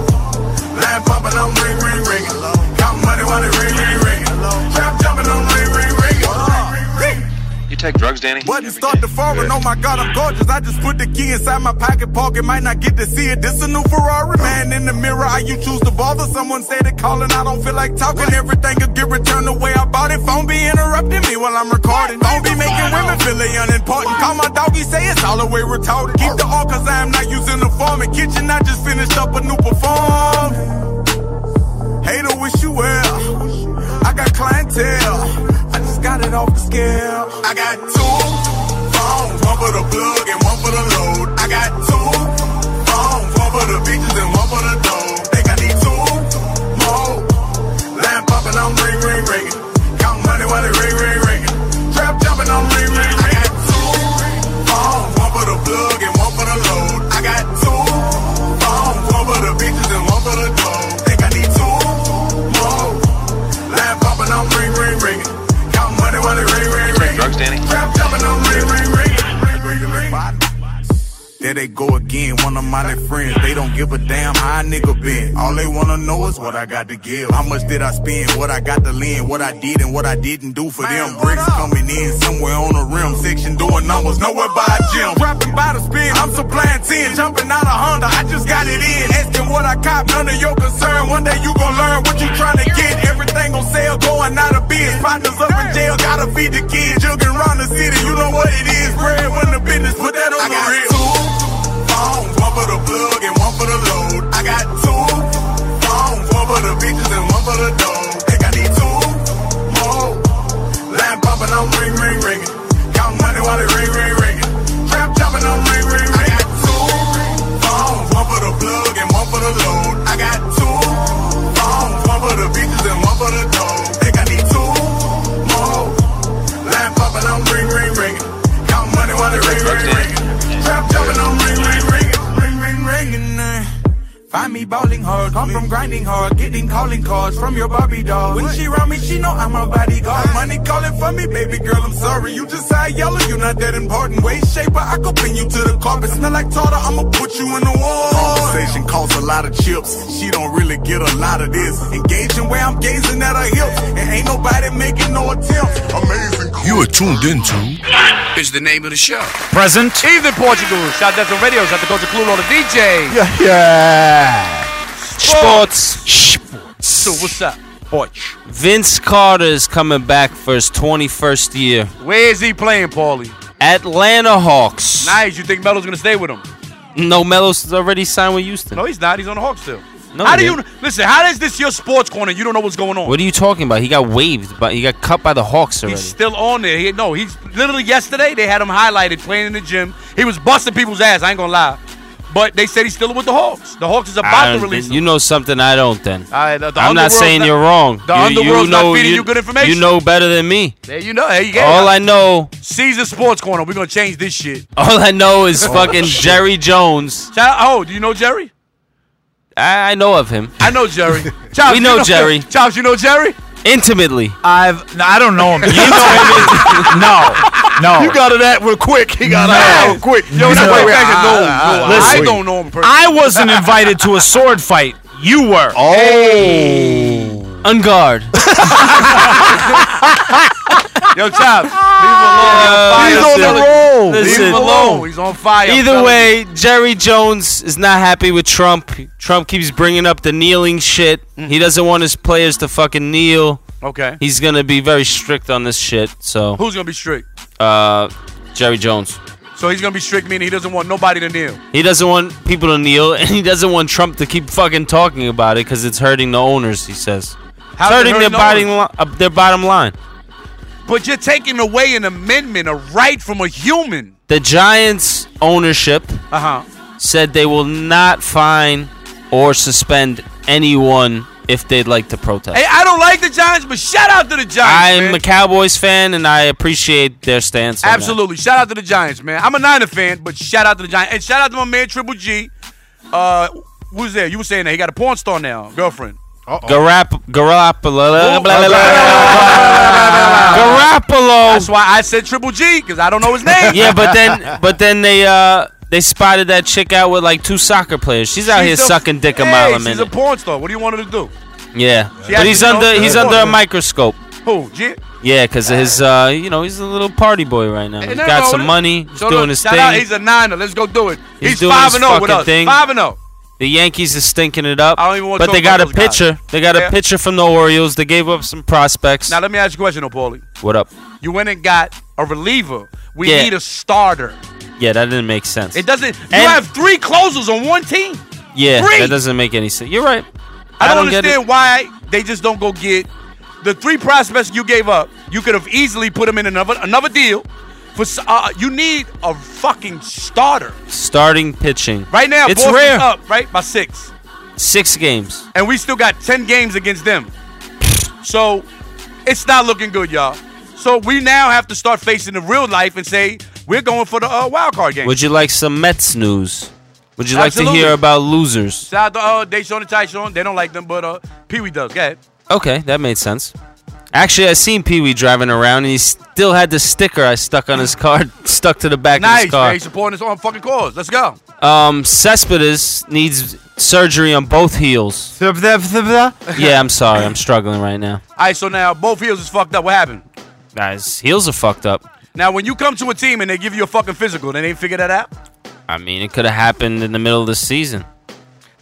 [SPEAKER 11] Line popping, I'm ring, ring, ringing. Count money while they ring, ring, ringing. Trap jumping, I'm ring, ring, ringing. Ring, ring, ring.
[SPEAKER 13] You take drugs, Danny?
[SPEAKER 11] Button start to fall, and oh my god, I'm gorgeous. I just put the key inside my pocket, pocket might not get to see it. This a new Ferrari, man in the mirror. How you choose to bother? Someone say they calling, I don't feel like talking. Everything could get returned the way I bought it. Phone be interrupting me while I'm recording. Phone be making women feel they unimportant. Call my doggy, say it's all the way retarded. Keep the all, cause I am not using the form. In kitchen, I just finished up a new performance. Hater wish you well. I got clientele. I just got it off the scale. I got two phones, one for the plug and one for the load. I got two phones, one for the bitches and one for the dough. Think I need two more. Line popping, I'm ring, ring, ringing. Count money while they ring, ring, ringing. Trap jumping, I'm ring, ring, ringing. I got two phones, one for the plug and one for the load. I got two phones, one for the bitches and one for the dough. Think I need two more. Line popping, I'm ring, ring, ringing. Count money while they ring, ring, ringing.
[SPEAKER 13] Drugs, Danny?
[SPEAKER 11] Trap jumping, I'm ring, ring, ringing. Ring, ring, ring, ring. There they go again, one of my little friends. They don't give a damn how a nigga been. All they wanna know is what I got to give. How much did I spend? What I got to lend? What I did and what I didn't do for them. Bricks coming in somewhere on the rim. Section doing numbers, nowhere by a gym. Dropping by the spin, I'm supplying 10. Jumping out of Honda, I just got it in. Asking what I cop, none of your concern. One day you gon' learn what you trying to get. Everything on sale, going out of biz. Partners up in jail, gotta feed the kids. Jugging around the city, you know what it is. Bread when the business, put that on the real. Two phones, one for the plug and one for the load. I got two phones, one for the bitches and one for the dog. Think I need two more. Line popping, I'm ring, ring, ringing. Count money while they ring, ring, ringing. Trap jumping, I'm ring, ring, ringing. I got two phones, one for the plug and one for the load. I got two phones, one for the bitches and one falling hard. Come from grinding hard, getting calling cards from your Barbie doll. When she round me, she know I'm her bodyguard. Money calling for me, baby girl, I'm sorry. You just high yellow, you not that important. Waist shaper, I could pin you to the carpet. Smell like tartar, I'ma put you in the wall. Conversation costs a lot of chips. She don't really get a lot of this. Engaging where I'm gazing at her hips, and ain't nobody making no attempts. Amazing.
[SPEAKER 4] You are tuned into. Is the name of the show.
[SPEAKER 5] Present.
[SPEAKER 6] Evening Portugal. Shout out to Radio. Shout out to Coach Clulo, the DJ.
[SPEAKER 3] Yeah, yeah.
[SPEAKER 7] Sports.
[SPEAKER 6] Sports. So what's up? Porch.
[SPEAKER 7] Vince Carter is coming back for his 21st year.
[SPEAKER 6] Where is he playing, Paulie?
[SPEAKER 7] Atlanta Hawks.
[SPEAKER 6] Nice. You think Melo's gonna stay with him?
[SPEAKER 7] No, Melo's already signed with Houston.
[SPEAKER 6] No, he's not. He's on the Hawks still.
[SPEAKER 7] No, he
[SPEAKER 6] how do you
[SPEAKER 7] didn't.
[SPEAKER 6] listen? How is this your sports corner? You don't know what's going on.
[SPEAKER 7] What are you talking about? He got waived, but he got cut by the Hawks already.
[SPEAKER 6] He's still on there. He, no, he's literally yesterday they had him highlighted playing in the gym. He was busting people's ass. I ain't gonna lie, but they said he's still with the Hawks. The Hawks is
[SPEAKER 7] I
[SPEAKER 6] about to
[SPEAKER 7] don't-
[SPEAKER 6] release him.
[SPEAKER 7] you know something I don't then.
[SPEAKER 6] All right, the- the
[SPEAKER 7] I'm not
[SPEAKER 6] underworld's
[SPEAKER 7] saying you're wrong.
[SPEAKER 6] The
[SPEAKER 7] you,
[SPEAKER 6] underworld's not feeding you good information.
[SPEAKER 7] You know better than me.
[SPEAKER 6] There you know. There you go.
[SPEAKER 7] All I know,
[SPEAKER 6] Season Sports Corner. We're gonna change this shit.
[SPEAKER 7] all I know is
[SPEAKER 6] [laughs] Oh,
[SPEAKER 7] fucking
[SPEAKER 6] shit.
[SPEAKER 7] Jerry Jones.
[SPEAKER 6] Shout out, oh, do you know Jerry?
[SPEAKER 7] I, I know of him.
[SPEAKER 6] I know Jerry.
[SPEAKER 7] [laughs] we know, Jerry.
[SPEAKER 6] [laughs] Chops, you know Jerry?
[SPEAKER 7] Intimately.
[SPEAKER 5] I've I don't know him. You
[SPEAKER 3] [laughs]
[SPEAKER 5] know him. No, no.
[SPEAKER 3] You got it at real quick. He got it out real quick.
[SPEAKER 5] Yo,
[SPEAKER 3] You
[SPEAKER 5] no,
[SPEAKER 3] know
[SPEAKER 5] wait,
[SPEAKER 3] it.
[SPEAKER 5] I- I- I- listen.
[SPEAKER 3] Listen.
[SPEAKER 5] I wasn't invited to a sword fight. You were.
[SPEAKER 3] Oh.
[SPEAKER 7] Unguard.
[SPEAKER 3] [laughs]
[SPEAKER 6] Yo, Chops, leave him alone.
[SPEAKER 7] He's on the
[SPEAKER 6] roll. Leave
[SPEAKER 7] Listen.
[SPEAKER 6] him alone. He's on fire. I'm
[SPEAKER 7] Either
[SPEAKER 6] telling you.
[SPEAKER 7] way, Jerry Jones is not happy with Trump. Trump keeps bringing up the kneeling shit. He doesn't want his players to fucking kneel.
[SPEAKER 6] Mm. Okay.
[SPEAKER 7] He's gonna be very strict on this shit. So,
[SPEAKER 6] Who's gonna be strict?
[SPEAKER 7] uh, Jerry Jones.
[SPEAKER 6] So he's gonna be strict, meaning he doesn't want nobody to kneel.
[SPEAKER 7] He doesn't want people to kneel, [laughs] and he doesn't want Trump to keep fucking talking about it because it's hurting the owners. He says,
[SPEAKER 6] How's
[SPEAKER 7] it's hurting
[SPEAKER 6] it
[SPEAKER 7] their
[SPEAKER 6] hurting the
[SPEAKER 7] bottom
[SPEAKER 6] owners?
[SPEAKER 7] li- uh, their bottom line.
[SPEAKER 6] But you're taking away an amendment, a right from a human.
[SPEAKER 7] The Giants ownership
[SPEAKER 6] Uh huh.
[SPEAKER 7] said they will not fine or suspend anyone if they'd like to protest.
[SPEAKER 6] Hey, I don't like the Giants, but shout out to the Giants.
[SPEAKER 7] I'm
[SPEAKER 6] man.
[SPEAKER 7] a Cowboys fan, and I appreciate their stance. on that.
[SPEAKER 6] Absolutely. Shout out to the Giants, man. I'm a Niner fan, but shout out to the Giants. And shout out to my man Triple G. Uh who's there? You were saying that he got a porn star now, girlfriend.
[SPEAKER 7] Garap, Garoppolo. [laughs]
[SPEAKER 6] That's why I said Triple G, because I don't know his [laughs] name.
[SPEAKER 7] yeah, but [laughs] then, but then they uh they spotted that chick out with like two soccer players. She's out
[SPEAKER 6] She's
[SPEAKER 7] here
[SPEAKER 6] a-
[SPEAKER 7] sucking dick a
[SPEAKER 6] Hey,
[SPEAKER 7] mile a
[SPEAKER 6] She's
[SPEAKER 7] minute.
[SPEAKER 6] a porn star. What do you want her to do?
[SPEAKER 7] yeah,
[SPEAKER 6] She
[SPEAKER 7] but
[SPEAKER 6] actually
[SPEAKER 7] he's
[SPEAKER 6] knows
[SPEAKER 7] under
[SPEAKER 6] the
[SPEAKER 7] he's under a
[SPEAKER 6] sport.
[SPEAKER 7] microscope.
[SPEAKER 6] Who? G?
[SPEAKER 7] Yeah, because his uh you know he's a little party boy right now. He's
[SPEAKER 6] Ain't nothing
[SPEAKER 7] got
[SPEAKER 6] wrong
[SPEAKER 7] some
[SPEAKER 6] with it.
[SPEAKER 7] money. He's
[SPEAKER 6] So
[SPEAKER 7] doing
[SPEAKER 6] look,
[SPEAKER 7] his
[SPEAKER 6] shout
[SPEAKER 7] thing.
[SPEAKER 6] Out, he's a Niner. Let's go do it.
[SPEAKER 7] He's
[SPEAKER 6] He's,
[SPEAKER 7] doing his
[SPEAKER 6] 5 and 0 with
[SPEAKER 7] fucking
[SPEAKER 6] us.
[SPEAKER 7] thing.
[SPEAKER 6] 5 and 0.
[SPEAKER 7] The Yankees is stinking it up.
[SPEAKER 6] I don't even wanna
[SPEAKER 7] but
[SPEAKER 6] talk
[SPEAKER 7] they
[SPEAKER 6] about
[SPEAKER 7] got a
[SPEAKER 6] those guys.
[SPEAKER 7] pitcher. They got
[SPEAKER 6] Yeah.
[SPEAKER 7] a pitcher from the Orioles. They gave up some prospects.
[SPEAKER 6] Now let me ask you a question though, Paulie.
[SPEAKER 7] what up?
[SPEAKER 6] You went and got a reliever. We
[SPEAKER 7] Yeah.
[SPEAKER 6] need a starter.
[SPEAKER 7] Yeah, that didn't make sense.
[SPEAKER 6] It doesn't. You have three closers on one team.
[SPEAKER 7] yeah,
[SPEAKER 6] Three.
[SPEAKER 7] that doesn't make any sense. You're right.
[SPEAKER 6] I don't,
[SPEAKER 7] get it.
[SPEAKER 6] understand why they just don't go get the three prospects you gave up. You could have easily put them in another another deal. For s- uh, you need a fucking starter
[SPEAKER 7] Starting pitching.
[SPEAKER 6] right now.
[SPEAKER 7] It's
[SPEAKER 6] Boston's
[SPEAKER 7] rare.
[SPEAKER 6] up right by six,
[SPEAKER 7] Six games.
[SPEAKER 6] and we still got ten games against them. So it's not looking good, y'all. So we now have to start facing the real life and say we're going for the uh, wild card game.
[SPEAKER 7] Would you like some Mets news? Would you like to
[SPEAKER 6] Absolutely.
[SPEAKER 7] hear about losers?
[SPEAKER 6] Shout out to uh, Deshaun and Tyshawn. They don't like them, but uh, Pee Wee does. Go ahead.
[SPEAKER 7] Okay, that made sense. Actually, I seen Pee Wee driving around, and he still had the sticker I stuck on his car, [laughs] stuck to the back of
[SPEAKER 6] Nice,
[SPEAKER 7] his car.
[SPEAKER 6] man. Supporting us on fucking cause. Let's go.
[SPEAKER 7] Um, Cespedes needs surgery on both heels. [laughs]
[SPEAKER 6] [laughs]
[SPEAKER 7] yeah, I'm sorry, I'm struggling right now.
[SPEAKER 6] All right, so now both heels is fucked up. What happened?
[SPEAKER 7] Guys, heels are fucked up.
[SPEAKER 6] Now, when you come to a team and they give you a fucking physical, they ain't figure that out.
[SPEAKER 7] I mean, it could have happened in the middle of the season.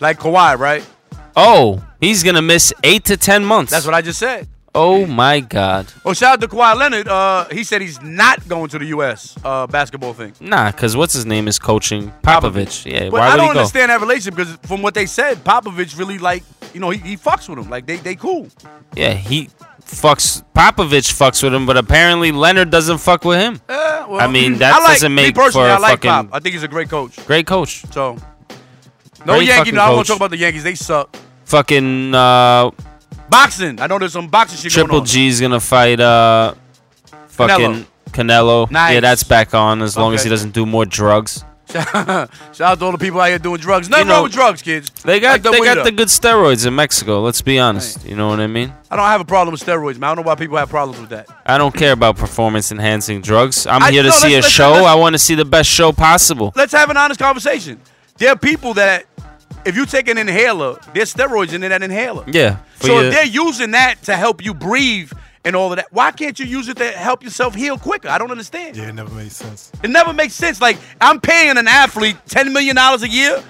[SPEAKER 6] Like Kawhi, right?
[SPEAKER 7] Oh, he's gonna miss eight to ten months.
[SPEAKER 6] That's what I just said.
[SPEAKER 7] Oh my God.
[SPEAKER 6] Oh, shout out to Kawhi Leonard. Uh, he said he's not going to the U.S. Uh, basketball thing.
[SPEAKER 7] Nah, cause what's his name is coaching Popovich. Yeah,
[SPEAKER 6] But
[SPEAKER 7] why
[SPEAKER 6] I
[SPEAKER 7] would
[SPEAKER 6] don't
[SPEAKER 7] he go?
[SPEAKER 6] understand that relationship because from what they said, Popovich really like you know he, he fucks with him. Like they they cool.
[SPEAKER 7] Yeah, he fucks Popovich fucks with him, but apparently Leonard doesn't fuck with him.
[SPEAKER 6] Eh, well,
[SPEAKER 7] I [clears throat] mean, that
[SPEAKER 6] I like,
[SPEAKER 7] doesn't
[SPEAKER 6] me
[SPEAKER 7] make
[SPEAKER 6] personally,
[SPEAKER 7] for a
[SPEAKER 6] I like
[SPEAKER 7] fucking
[SPEAKER 6] Pop. I think he's a great coach.
[SPEAKER 7] great coach.
[SPEAKER 6] So no
[SPEAKER 7] Great
[SPEAKER 6] Yankee.
[SPEAKER 7] fucking
[SPEAKER 6] No, I won't
[SPEAKER 7] coach.
[SPEAKER 6] talk about the Yankees. They suck.
[SPEAKER 7] Fucking uh,
[SPEAKER 6] Boxing. I know there's some boxing shit
[SPEAKER 7] Triple
[SPEAKER 6] going on.
[SPEAKER 7] G's gonna fight uh, fucking Canelo.
[SPEAKER 6] Nice.
[SPEAKER 7] Yeah, that's back on as long as
[SPEAKER 6] Okay.
[SPEAKER 7] he doesn't do more drugs.
[SPEAKER 6] [laughs] Shout out to all the people out here doing drugs. Nothing wrong with drugs, kids.
[SPEAKER 7] They
[SPEAKER 6] Like
[SPEAKER 7] got
[SPEAKER 6] the
[SPEAKER 7] they
[SPEAKER 6] weed
[SPEAKER 7] got the
[SPEAKER 6] up.
[SPEAKER 7] good steroids in Mexico. Let's be honest. You know what I mean?
[SPEAKER 6] I don't have a problem with steroids, man. I don't know why people have problems with that.
[SPEAKER 7] I don't care about performance enhancing drugs. I'm
[SPEAKER 6] I-
[SPEAKER 7] here to
[SPEAKER 6] no,
[SPEAKER 7] see
[SPEAKER 6] let's-
[SPEAKER 7] a
[SPEAKER 6] let's-
[SPEAKER 7] show.
[SPEAKER 6] let's-
[SPEAKER 7] I want to see the best show possible.
[SPEAKER 6] Let's have an honest conversation. There are people that, if you take an inhaler, there's steroids in that inhaler.
[SPEAKER 7] Yeah. for
[SPEAKER 6] So
[SPEAKER 7] your-
[SPEAKER 6] if they're using that to help you breathe and all of that, why can't you use it to help yourself heal quicker? I don't understand.
[SPEAKER 3] Yeah, it never made sense.
[SPEAKER 6] It never makes sense. Like I'm paying an athlete ten million dollars a year.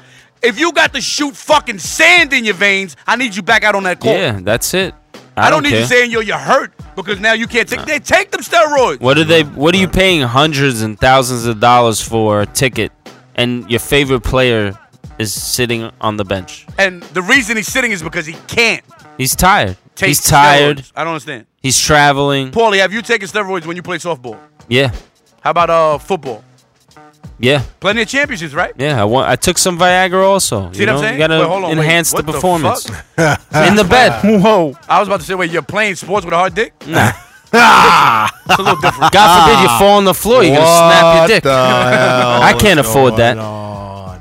[SPEAKER 6] If you got to shoot fucking sand in your veins, I need you back out on that court.
[SPEAKER 7] yeah, that's it.
[SPEAKER 6] I, don't, need
[SPEAKER 7] care.
[SPEAKER 6] you saying yo you're hurt because now you can't take. They take them steroids.
[SPEAKER 7] What are they? What are you paying hundreds and thousands of dollars for a ticket, and your favorite player is sitting on the bench?
[SPEAKER 6] And the reason he's sitting is because he can't
[SPEAKER 7] He's tired.
[SPEAKER 6] take.
[SPEAKER 7] He's tired.
[SPEAKER 6] steroids. I don't understand.
[SPEAKER 7] He's traveling.
[SPEAKER 6] Paulie, have you taken steroids when you play softball?
[SPEAKER 7] Yeah,
[SPEAKER 6] How about uh football?
[SPEAKER 7] yeah,
[SPEAKER 6] Plenty of championships, right?
[SPEAKER 7] yeah. I want. I took some Viagra also.
[SPEAKER 6] See
[SPEAKER 7] you
[SPEAKER 6] what
[SPEAKER 7] know,
[SPEAKER 6] I'm saying?
[SPEAKER 7] you gotta
[SPEAKER 6] Wait, hold on, wait,
[SPEAKER 7] enhance
[SPEAKER 6] what
[SPEAKER 7] the
[SPEAKER 6] the
[SPEAKER 7] performance.
[SPEAKER 6] fuck?
[SPEAKER 7] In the
[SPEAKER 6] [laughs]
[SPEAKER 7] bed. Whoa.
[SPEAKER 6] I was about to say, wait, you're playing sports with a hard dick?
[SPEAKER 7] Nah.
[SPEAKER 6] It's a little different.
[SPEAKER 7] God forbid you
[SPEAKER 6] Ah.
[SPEAKER 7] fall on the floor, you're gonna snap your dick. [laughs] I can't afford that.
[SPEAKER 6] [laughs]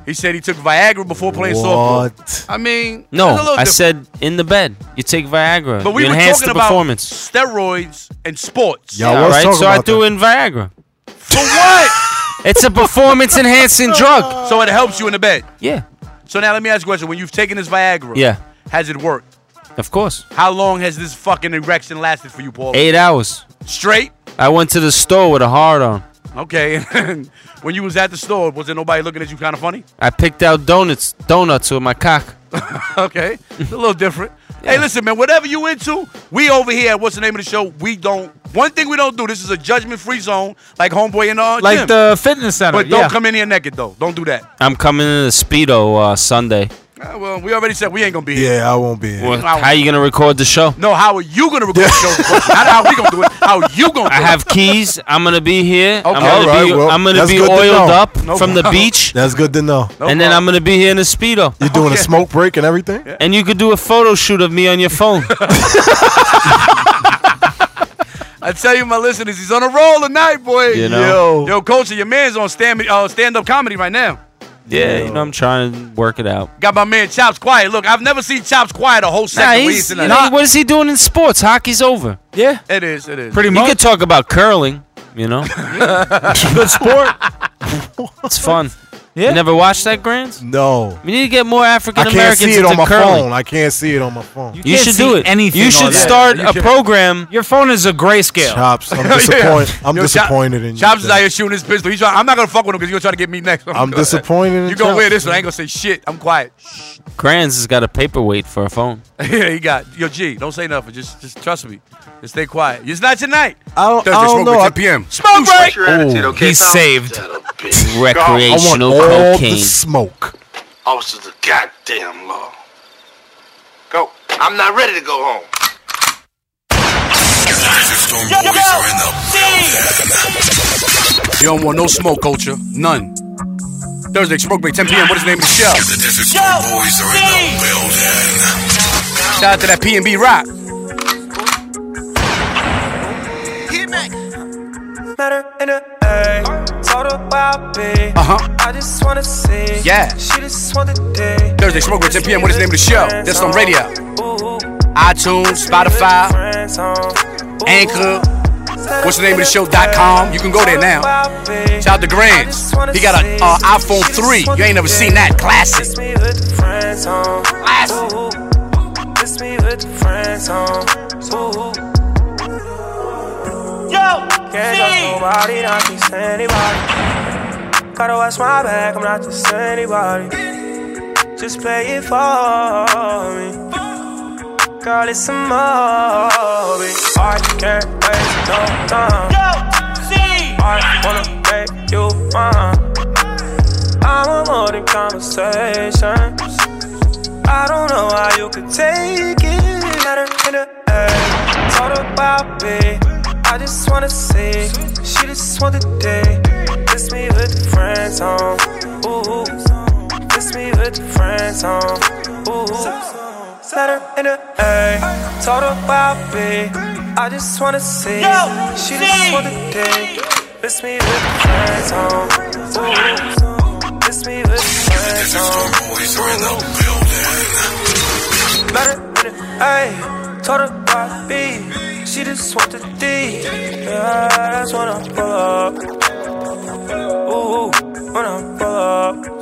[SPEAKER 6] He said he took Viagra before playing softball. I mean,
[SPEAKER 7] No,
[SPEAKER 6] it's a little
[SPEAKER 7] I
[SPEAKER 6] different.
[SPEAKER 7] said in the bed. You take Viagra.
[SPEAKER 6] But we
[SPEAKER 7] you
[SPEAKER 6] were
[SPEAKER 7] enhance
[SPEAKER 6] talking
[SPEAKER 7] the
[SPEAKER 6] about
[SPEAKER 7] performance.
[SPEAKER 6] steroids and sports.
[SPEAKER 7] Yeah, all right. So I threw in Viagra.
[SPEAKER 6] For what?
[SPEAKER 7] It's a performance [laughs]
[SPEAKER 6] [laughs]
[SPEAKER 7] enhancing drug.
[SPEAKER 6] So it helps you in the bed.
[SPEAKER 7] Yeah.
[SPEAKER 6] So now let me ask you a question: When you've taken this Viagra,
[SPEAKER 7] Yeah.
[SPEAKER 6] has it worked?
[SPEAKER 7] Of course.
[SPEAKER 6] How long has this fucking erection lasted for you, Paul?
[SPEAKER 7] Eight hours.
[SPEAKER 6] Straight.
[SPEAKER 7] I went to the store with a hard on.
[SPEAKER 6] Okay. [laughs] when you was at the store, was there nobody looking at you kind of funny? [laughs]
[SPEAKER 7] I picked out donuts, donuts with my cock.
[SPEAKER 6] okay, it's a little different. Hey, listen, man, whatever you into, we over here at what's the name of the show? We don't. One thing we don't do. This is a judgment-free zone, like homeboy in our
[SPEAKER 5] Like
[SPEAKER 6] gym.
[SPEAKER 5] the fitness center.
[SPEAKER 6] But don't
[SPEAKER 5] yeah.
[SPEAKER 6] come in here naked though. Don't do that.
[SPEAKER 7] I'm coming in a speedo uh, Sunday.
[SPEAKER 6] Ah, well, we already said we ain't gonna be here.
[SPEAKER 3] Yeah, I won't be.
[SPEAKER 7] Well, how you gonna record the show?
[SPEAKER 6] No, how are you gonna record the show?
[SPEAKER 3] [laughs]
[SPEAKER 6] the question. Not how we gonna do it. How you gonna? Do
[SPEAKER 7] I
[SPEAKER 6] it.
[SPEAKER 7] have keys. I'm gonna be here. I'm
[SPEAKER 6] Okay.
[SPEAKER 7] gonna
[SPEAKER 6] Alright,
[SPEAKER 7] be,
[SPEAKER 6] well,
[SPEAKER 7] I'm gonna
[SPEAKER 3] that's
[SPEAKER 7] be
[SPEAKER 3] good to
[SPEAKER 7] oiled
[SPEAKER 3] know.
[SPEAKER 7] up
[SPEAKER 3] No
[SPEAKER 7] from the
[SPEAKER 3] problem.
[SPEAKER 7] beach,
[SPEAKER 3] [laughs] That's good to know.
[SPEAKER 7] and then I'm gonna be here in a speedo.
[SPEAKER 3] You're doing a smoke break and everything.
[SPEAKER 7] And you could do a photo shoot of me on your
[SPEAKER 6] [laughs]
[SPEAKER 7] phone.
[SPEAKER 6] I tell you, my listeners, he's on a roll tonight, boy.
[SPEAKER 7] You know?
[SPEAKER 6] Yo, yo, culture, your man's on stand uh, stand up comedy right now.
[SPEAKER 7] yeah, you know I'm trying to work it out.
[SPEAKER 6] Got my man Chops quiet. Look, I've never seen Chops quiet a whole
[SPEAKER 7] Nah,
[SPEAKER 6] second.
[SPEAKER 7] he's,
[SPEAKER 6] He's,
[SPEAKER 7] you know, what is he doing in sports? Hockey's over. Yeah,
[SPEAKER 6] It is. It is.
[SPEAKER 7] You could talk about curling. You
[SPEAKER 6] [laughs]
[SPEAKER 7] know, good sport. It's fun. Yeah. You never watched that, Grants?
[SPEAKER 3] No.
[SPEAKER 7] We need to get more African
[SPEAKER 3] I can't
[SPEAKER 7] Americans
[SPEAKER 3] see it
[SPEAKER 7] into
[SPEAKER 3] on my
[SPEAKER 7] curling.
[SPEAKER 3] phone. I can't see it on my phone.
[SPEAKER 7] You should do it.
[SPEAKER 5] Anything
[SPEAKER 7] you
[SPEAKER 5] on
[SPEAKER 7] should
[SPEAKER 5] that.
[SPEAKER 7] start
[SPEAKER 5] You
[SPEAKER 7] a
[SPEAKER 5] can't-
[SPEAKER 7] program.
[SPEAKER 5] Your phone is a grayscale.
[SPEAKER 3] Chops, I'm
[SPEAKER 6] [laughs] Yeah.
[SPEAKER 3] disappointed. I'm
[SPEAKER 6] Yo, Chop-
[SPEAKER 3] disappointed in you.
[SPEAKER 6] Chops is out here shooting his pistol. He's trying, I'm not gonna fuck with him because he's gonna try to get me next.
[SPEAKER 3] I'm disappointed in
[SPEAKER 6] [laughs] You gonna
[SPEAKER 3] Chops,
[SPEAKER 6] wear this one?
[SPEAKER 3] man.
[SPEAKER 6] I ain't gonna say shit. I'm quiet. [laughs]
[SPEAKER 7] Grants has got a paperweight for a phone.
[SPEAKER 6] yeah, he got yo G. Don't say nothing. Just, just trust me. Just stay quiet. It's not tonight.
[SPEAKER 3] I don't,
[SPEAKER 6] Thursday
[SPEAKER 3] I don't
[SPEAKER 6] smoke break,
[SPEAKER 3] know.
[SPEAKER 6] 10 p.m. Smoke break.
[SPEAKER 5] he's saved.
[SPEAKER 3] I want
[SPEAKER 7] Recreational
[SPEAKER 3] all the
[SPEAKER 7] cocaine.
[SPEAKER 3] smoke.
[SPEAKER 13] Officers of the goddamn law. Go. I'm not ready to go home.
[SPEAKER 6] You don't want no smoke culture. None. Thursday smoke break 10 p.m. What is the name of the show? Shout out to that P&B Rock.
[SPEAKER 14] Met her in the A. Told her where I be.
[SPEAKER 6] Uh-huh.
[SPEAKER 14] I just wanna see.
[SPEAKER 6] Yeah.
[SPEAKER 14] She just want the day.
[SPEAKER 6] Thursday smoke break 10 p.m. What is the name of the show? That's on radio. iTunes, Spotify,
[SPEAKER 14] Friends home.
[SPEAKER 6] Anchor. What's the name of the show.com? You can go there now. Shout out to Grams. He got an uh, iPhone 3. You ain't never seen that. Classic.
[SPEAKER 14] Miss me with the friends home. Ooh. Miss me with the friends home. Ooh. Yo, can't trust nobody, not just anybody. Gotta watch my back, I'm not just anybody. Just play it for me. Girl, it's a movie. I can't waste no time. Yo, see. I wanna make you mine. I'm on in conversations. I don't know how you could take it. Met her in the air, told her eh, about me. I just wanna see, she just want the day. Miss me with the friends home, ooh. Miss me with the friends home, ooh. Met her in the air, told her eh, about me. I just wanna see, she just want the day. Miss me with the friends home, ooh. kiss me with friends on. Matter minute, ayy. Told her about B. She just want the D. Yeah, that's when I pull up. Ooh, when I pull up.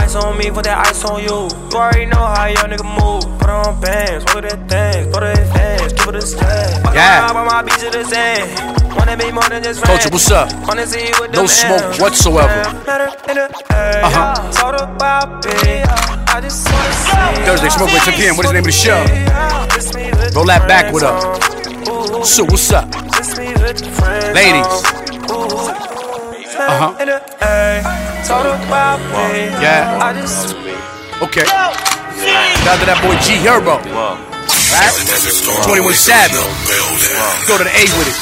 [SPEAKER 14] Ice on me, put that ice on you. You already know how your nigga move. Put on bands, roll that thing, throw that fast, give it a slam. Fuck
[SPEAKER 6] Yeah.
[SPEAKER 14] around, but my beat to the sand. Wanna be more than just friends.
[SPEAKER 6] Culture, what's up?
[SPEAKER 14] Wanna see you with
[SPEAKER 6] No
[SPEAKER 14] them
[SPEAKER 6] smoke
[SPEAKER 14] M's.
[SPEAKER 6] whatsoever.
[SPEAKER 14] Matter in the air,
[SPEAKER 6] Uh-huh.
[SPEAKER 14] Told her about me. I just wanna see
[SPEAKER 6] Thursday, Smoke with 10 p.m. What is the name of the show?
[SPEAKER 14] Kiss me with
[SPEAKER 6] Roll that back with her. So what's up?
[SPEAKER 14] Kiss me with the friends
[SPEAKER 6] Ladies.
[SPEAKER 14] Matter
[SPEAKER 6] Uh-huh.
[SPEAKER 14] in the air, Told her about me.
[SPEAKER 6] Yeah.
[SPEAKER 14] I just
[SPEAKER 6] Okay. Shout out to that boy G Herbo. Right? 21 Savage. Go to the A with it.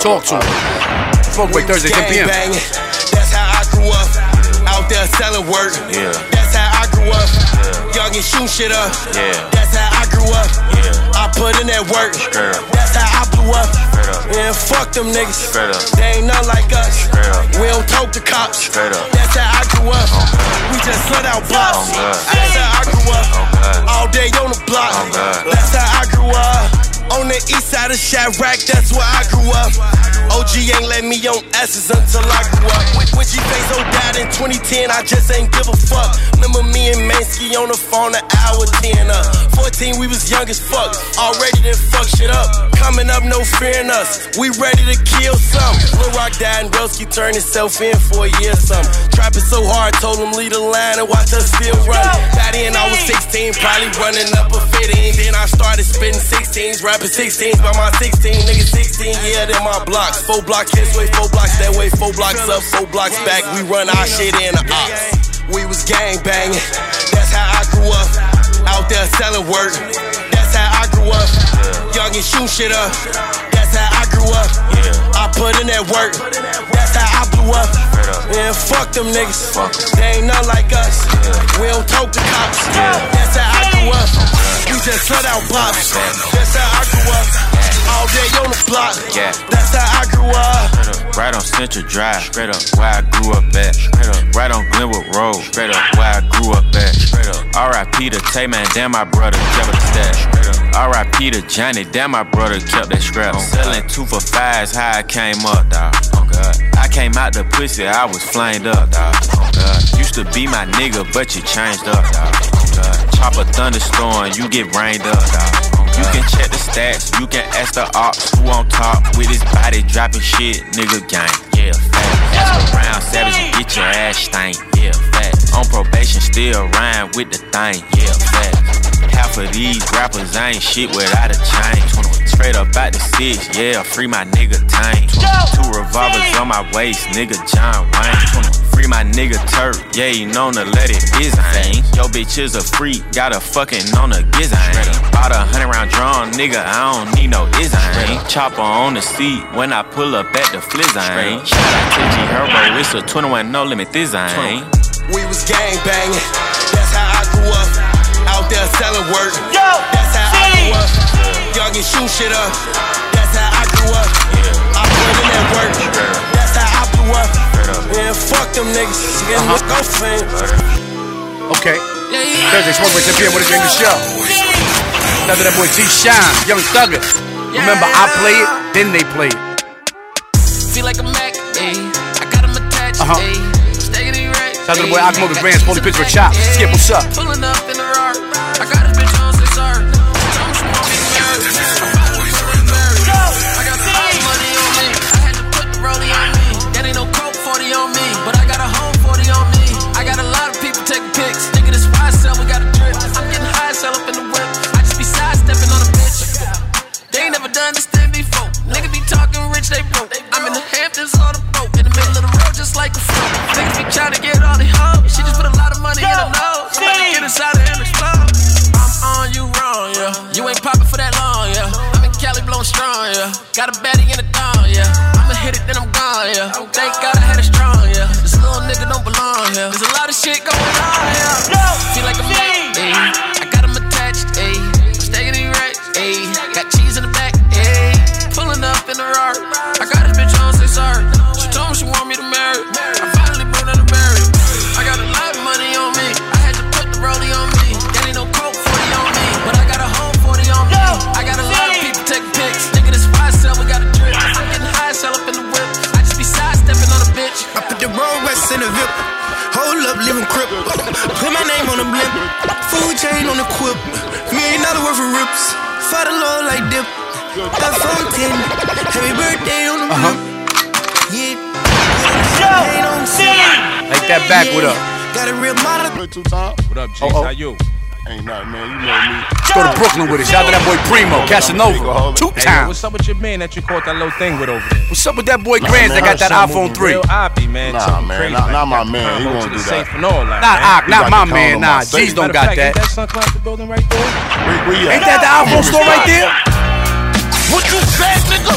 [SPEAKER 6] Talk to him. Smoke break Thursday, 10 p.m.
[SPEAKER 15] That's how I grew up. Out there selling work. Yeah. That's how I grew up. Young and shoot shit up. Yeah. That's how I grew up. Yeah. I put in that work. That's how I blew up. Man, fuck them niggas. They ain't none like us. We don't talk to cops. That's how I grew up. We just let out blocks. That's how I grew up. All day on the block. That's how I grew up. On the east side of Chirac, that's where I grew up. OG ain't let me on S's until I grew up. When G-Face O died in 2010, I just ain't give a fuck. Remember me and Mansky on the phone an hour 10 up. 14, we was young as fuck. Already done fuck shit up. Coming up, no fearing us. We ready to kill some. Lil Rock died and Broski turned himself in for a year or something. Trapping so hard, told him leave the line and watch us still run. Back then I was 16, probably running up a 15. Then I started spitting 16s, rapping 16s by my 16. Nigga 16, yeah, then my blocks. Four blocks this way, four blocks that way, four blocks up, four blocks back. We run our shit in the ops. We was gang banging. That's how I grew up. Out there selling work. That's how I grew up. Young and shoot shit up. That's how I grew up. I put in that work. That's how I blew up. Man, fuck them niggas. They ain't none like us. We don't talk to cops. That's how I grew up. We just let out pops. That's how I grew up. All day on the block.
[SPEAKER 16] Yeah.
[SPEAKER 15] That's how I grew up.
[SPEAKER 16] Right on Central Drive, straight up where I grew up at. Straight up. Right on Glenwood Road, straight up where I grew up at. Straight up. R.I.P. to Tay Man, damn my brother kept a stash. Straight up. R.I.P. to Johnny, damn my brother kept that scrap. Selling two for fives, how I came up, dawg. Oh God. I came out the pussy, I was flamed up, dawg. Oh God. Used to be my nigga, but you changed up, dawg. Oh God. Chop a thunderstorm, you get rained up, dawg. You can check the stats, you can ask the ops who on top with his body dropping shit, nigga gang. Yeah, fact. Ask around, savage, you get your ass stank. Yeah, fact. On probation, still rhyme with the thing. Yeah, fact. Half of these rappers ain't shit without a chain. Straight up out the six, yeah, free my nigga Tank. Two revolvers on my waist, nigga John Wayne. Free my nigga Turk, yeah, he known to let it is ain't. Yo bitch is a freak, got a fucking on a giz ain't. Bought a hundred round drawn, nigga, I don't need no is ain't. Chopper on the seat when I pull up at the flizz ain't. Shout out to G Herbo, it's a 21 no limit this ain't.
[SPEAKER 15] We was gang banging. That's how I grew up. Out there selling work. That's how I grew up. Young and shoot shit up. That's how I grew up. I put in that work. That's how I blew up. Man, fuck them niggas. Yeah, no fame.
[SPEAKER 6] Okay. Thursday, Smoke Break 10 p.m. What is the name of the show? Shout out to that boy T Shine, Young Thugger. Remember, I play it, then they play it.
[SPEAKER 17] Feel like a Mac, ayy. I got him attached,
[SPEAKER 6] Uh-huh.
[SPEAKER 17] ayy. Stagger the rack.
[SPEAKER 6] Shout out to the boy
[SPEAKER 17] ayy.
[SPEAKER 6] Akamobi
[SPEAKER 17] Got
[SPEAKER 6] Brands,
[SPEAKER 17] cheese
[SPEAKER 6] Holy
[SPEAKER 17] in
[SPEAKER 6] Pittsburgh
[SPEAKER 17] the
[SPEAKER 6] Chop.
[SPEAKER 17] back,
[SPEAKER 6] Skip,
[SPEAKER 17] ayy.
[SPEAKER 6] what's up?
[SPEAKER 17] Pulling up in the RAR. I got his bitch on six R. Tell me she want me to marry her. I got the eyes money on me. I had to put the rollie on me. That ain't no coke 40 on me, but I got a home 40 on me. I got a lot of people taking pics. Nigga, this why I sell, we got a drip. I'm getting high, sell up in the whip. I just be sidestepping on a bitch. They ain't never done this thing before. Nigga be talking rich, they broke. I'm in the Hamptons on the boat, in the middle of the road, just like a float. Niggas be trying to get all the hoes. She just put a lot of money in her nose. I'm about to get inside her and explode. I'm on you wrong, yeah. You ain't poppin' for that long, yeah. I'm in Cali blowin' strong, yeah. Got a baddie in the dawn, yeah. I'ma hit it, then I'm gone, yeah. Thank God I had it strong, yeah. This little nigga don't belong, yeah. There's a lot of shit going on, yeah. Feel like a man, ayy. I got him attached, ayy. Stacking in racks, ayy. Got cheese in the back, ayy. Pulling up in the RAR. I got this bitch on 6 R. She told me she want me to marry
[SPEAKER 18] Food chain on the quip. Million dollar worth of rips. Fight the law like dip. Got fountain. Happy birthday on the
[SPEAKER 6] Uh-huh.
[SPEAKER 18] Yeah. Ain't on scene.
[SPEAKER 6] Like that back with up.
[SPEAKER 18] Got a real model. Two times.
[SPEAKER 6] What up, G? How you? Ain't nothing, man. You know me.
[SPEAKER 18] Let's
[SPEAKER 6] go to Brooklyn with it. Shout out to that boy Primo, Casanova. Two
[SPEAKER 16] Hey, yo,
[SPEAKER 6] times.
[SPEAKER 16] what's up with your man that you caught that little thing with over there?
[SPEAKER 6] What's up with that boy
[SPEAKER 16] Nah,
[SPEAKER 6] Grants
[SPEAKER 16] man,
[SPEAKER 6] that got that
[SPEAKER 16] I was moving
[SPEAKER 6] iPhone 3?
[SPEAKER 16] real oppy, man.
[SPEAKER 6] Nah,
[SPEAKER 16] Something
[SPEAKER 6] man,
[SPEAKER 16] crazy
[SPEAKER 6] not-
[SPEAKER 16] like
[SPEAKER 6] not
[SPEAKER 16] that.
[SPEAKER 6] my man. He
[SPEAKER 16] Combo
[SPEAKER 6] won't
[SPEAKER 16] to
[SPEAKER 6] do
[SPEAKER 16] the
[SPEAKER 6] that.
[SPEAKER 16] safe and all that,
[SPEAKER 6] ah, Not
[SPEAKER 16] man.
[SPEAKER 6] Ock, not my man. Nah, G's
[SPEAKER 16] Matter
[SPEAKER 6] don't
[SPEAKER 16] of
[SPEAKER 6] got
[SPEAKER 16] fact, ain't
[SPEAKER 6] that.
[SPEAKER 16] that Suncloud the building right there?
[SPEAKER 6] Ain't that the iPhone store right there?
[SPEAKER 19] What you said, nigga?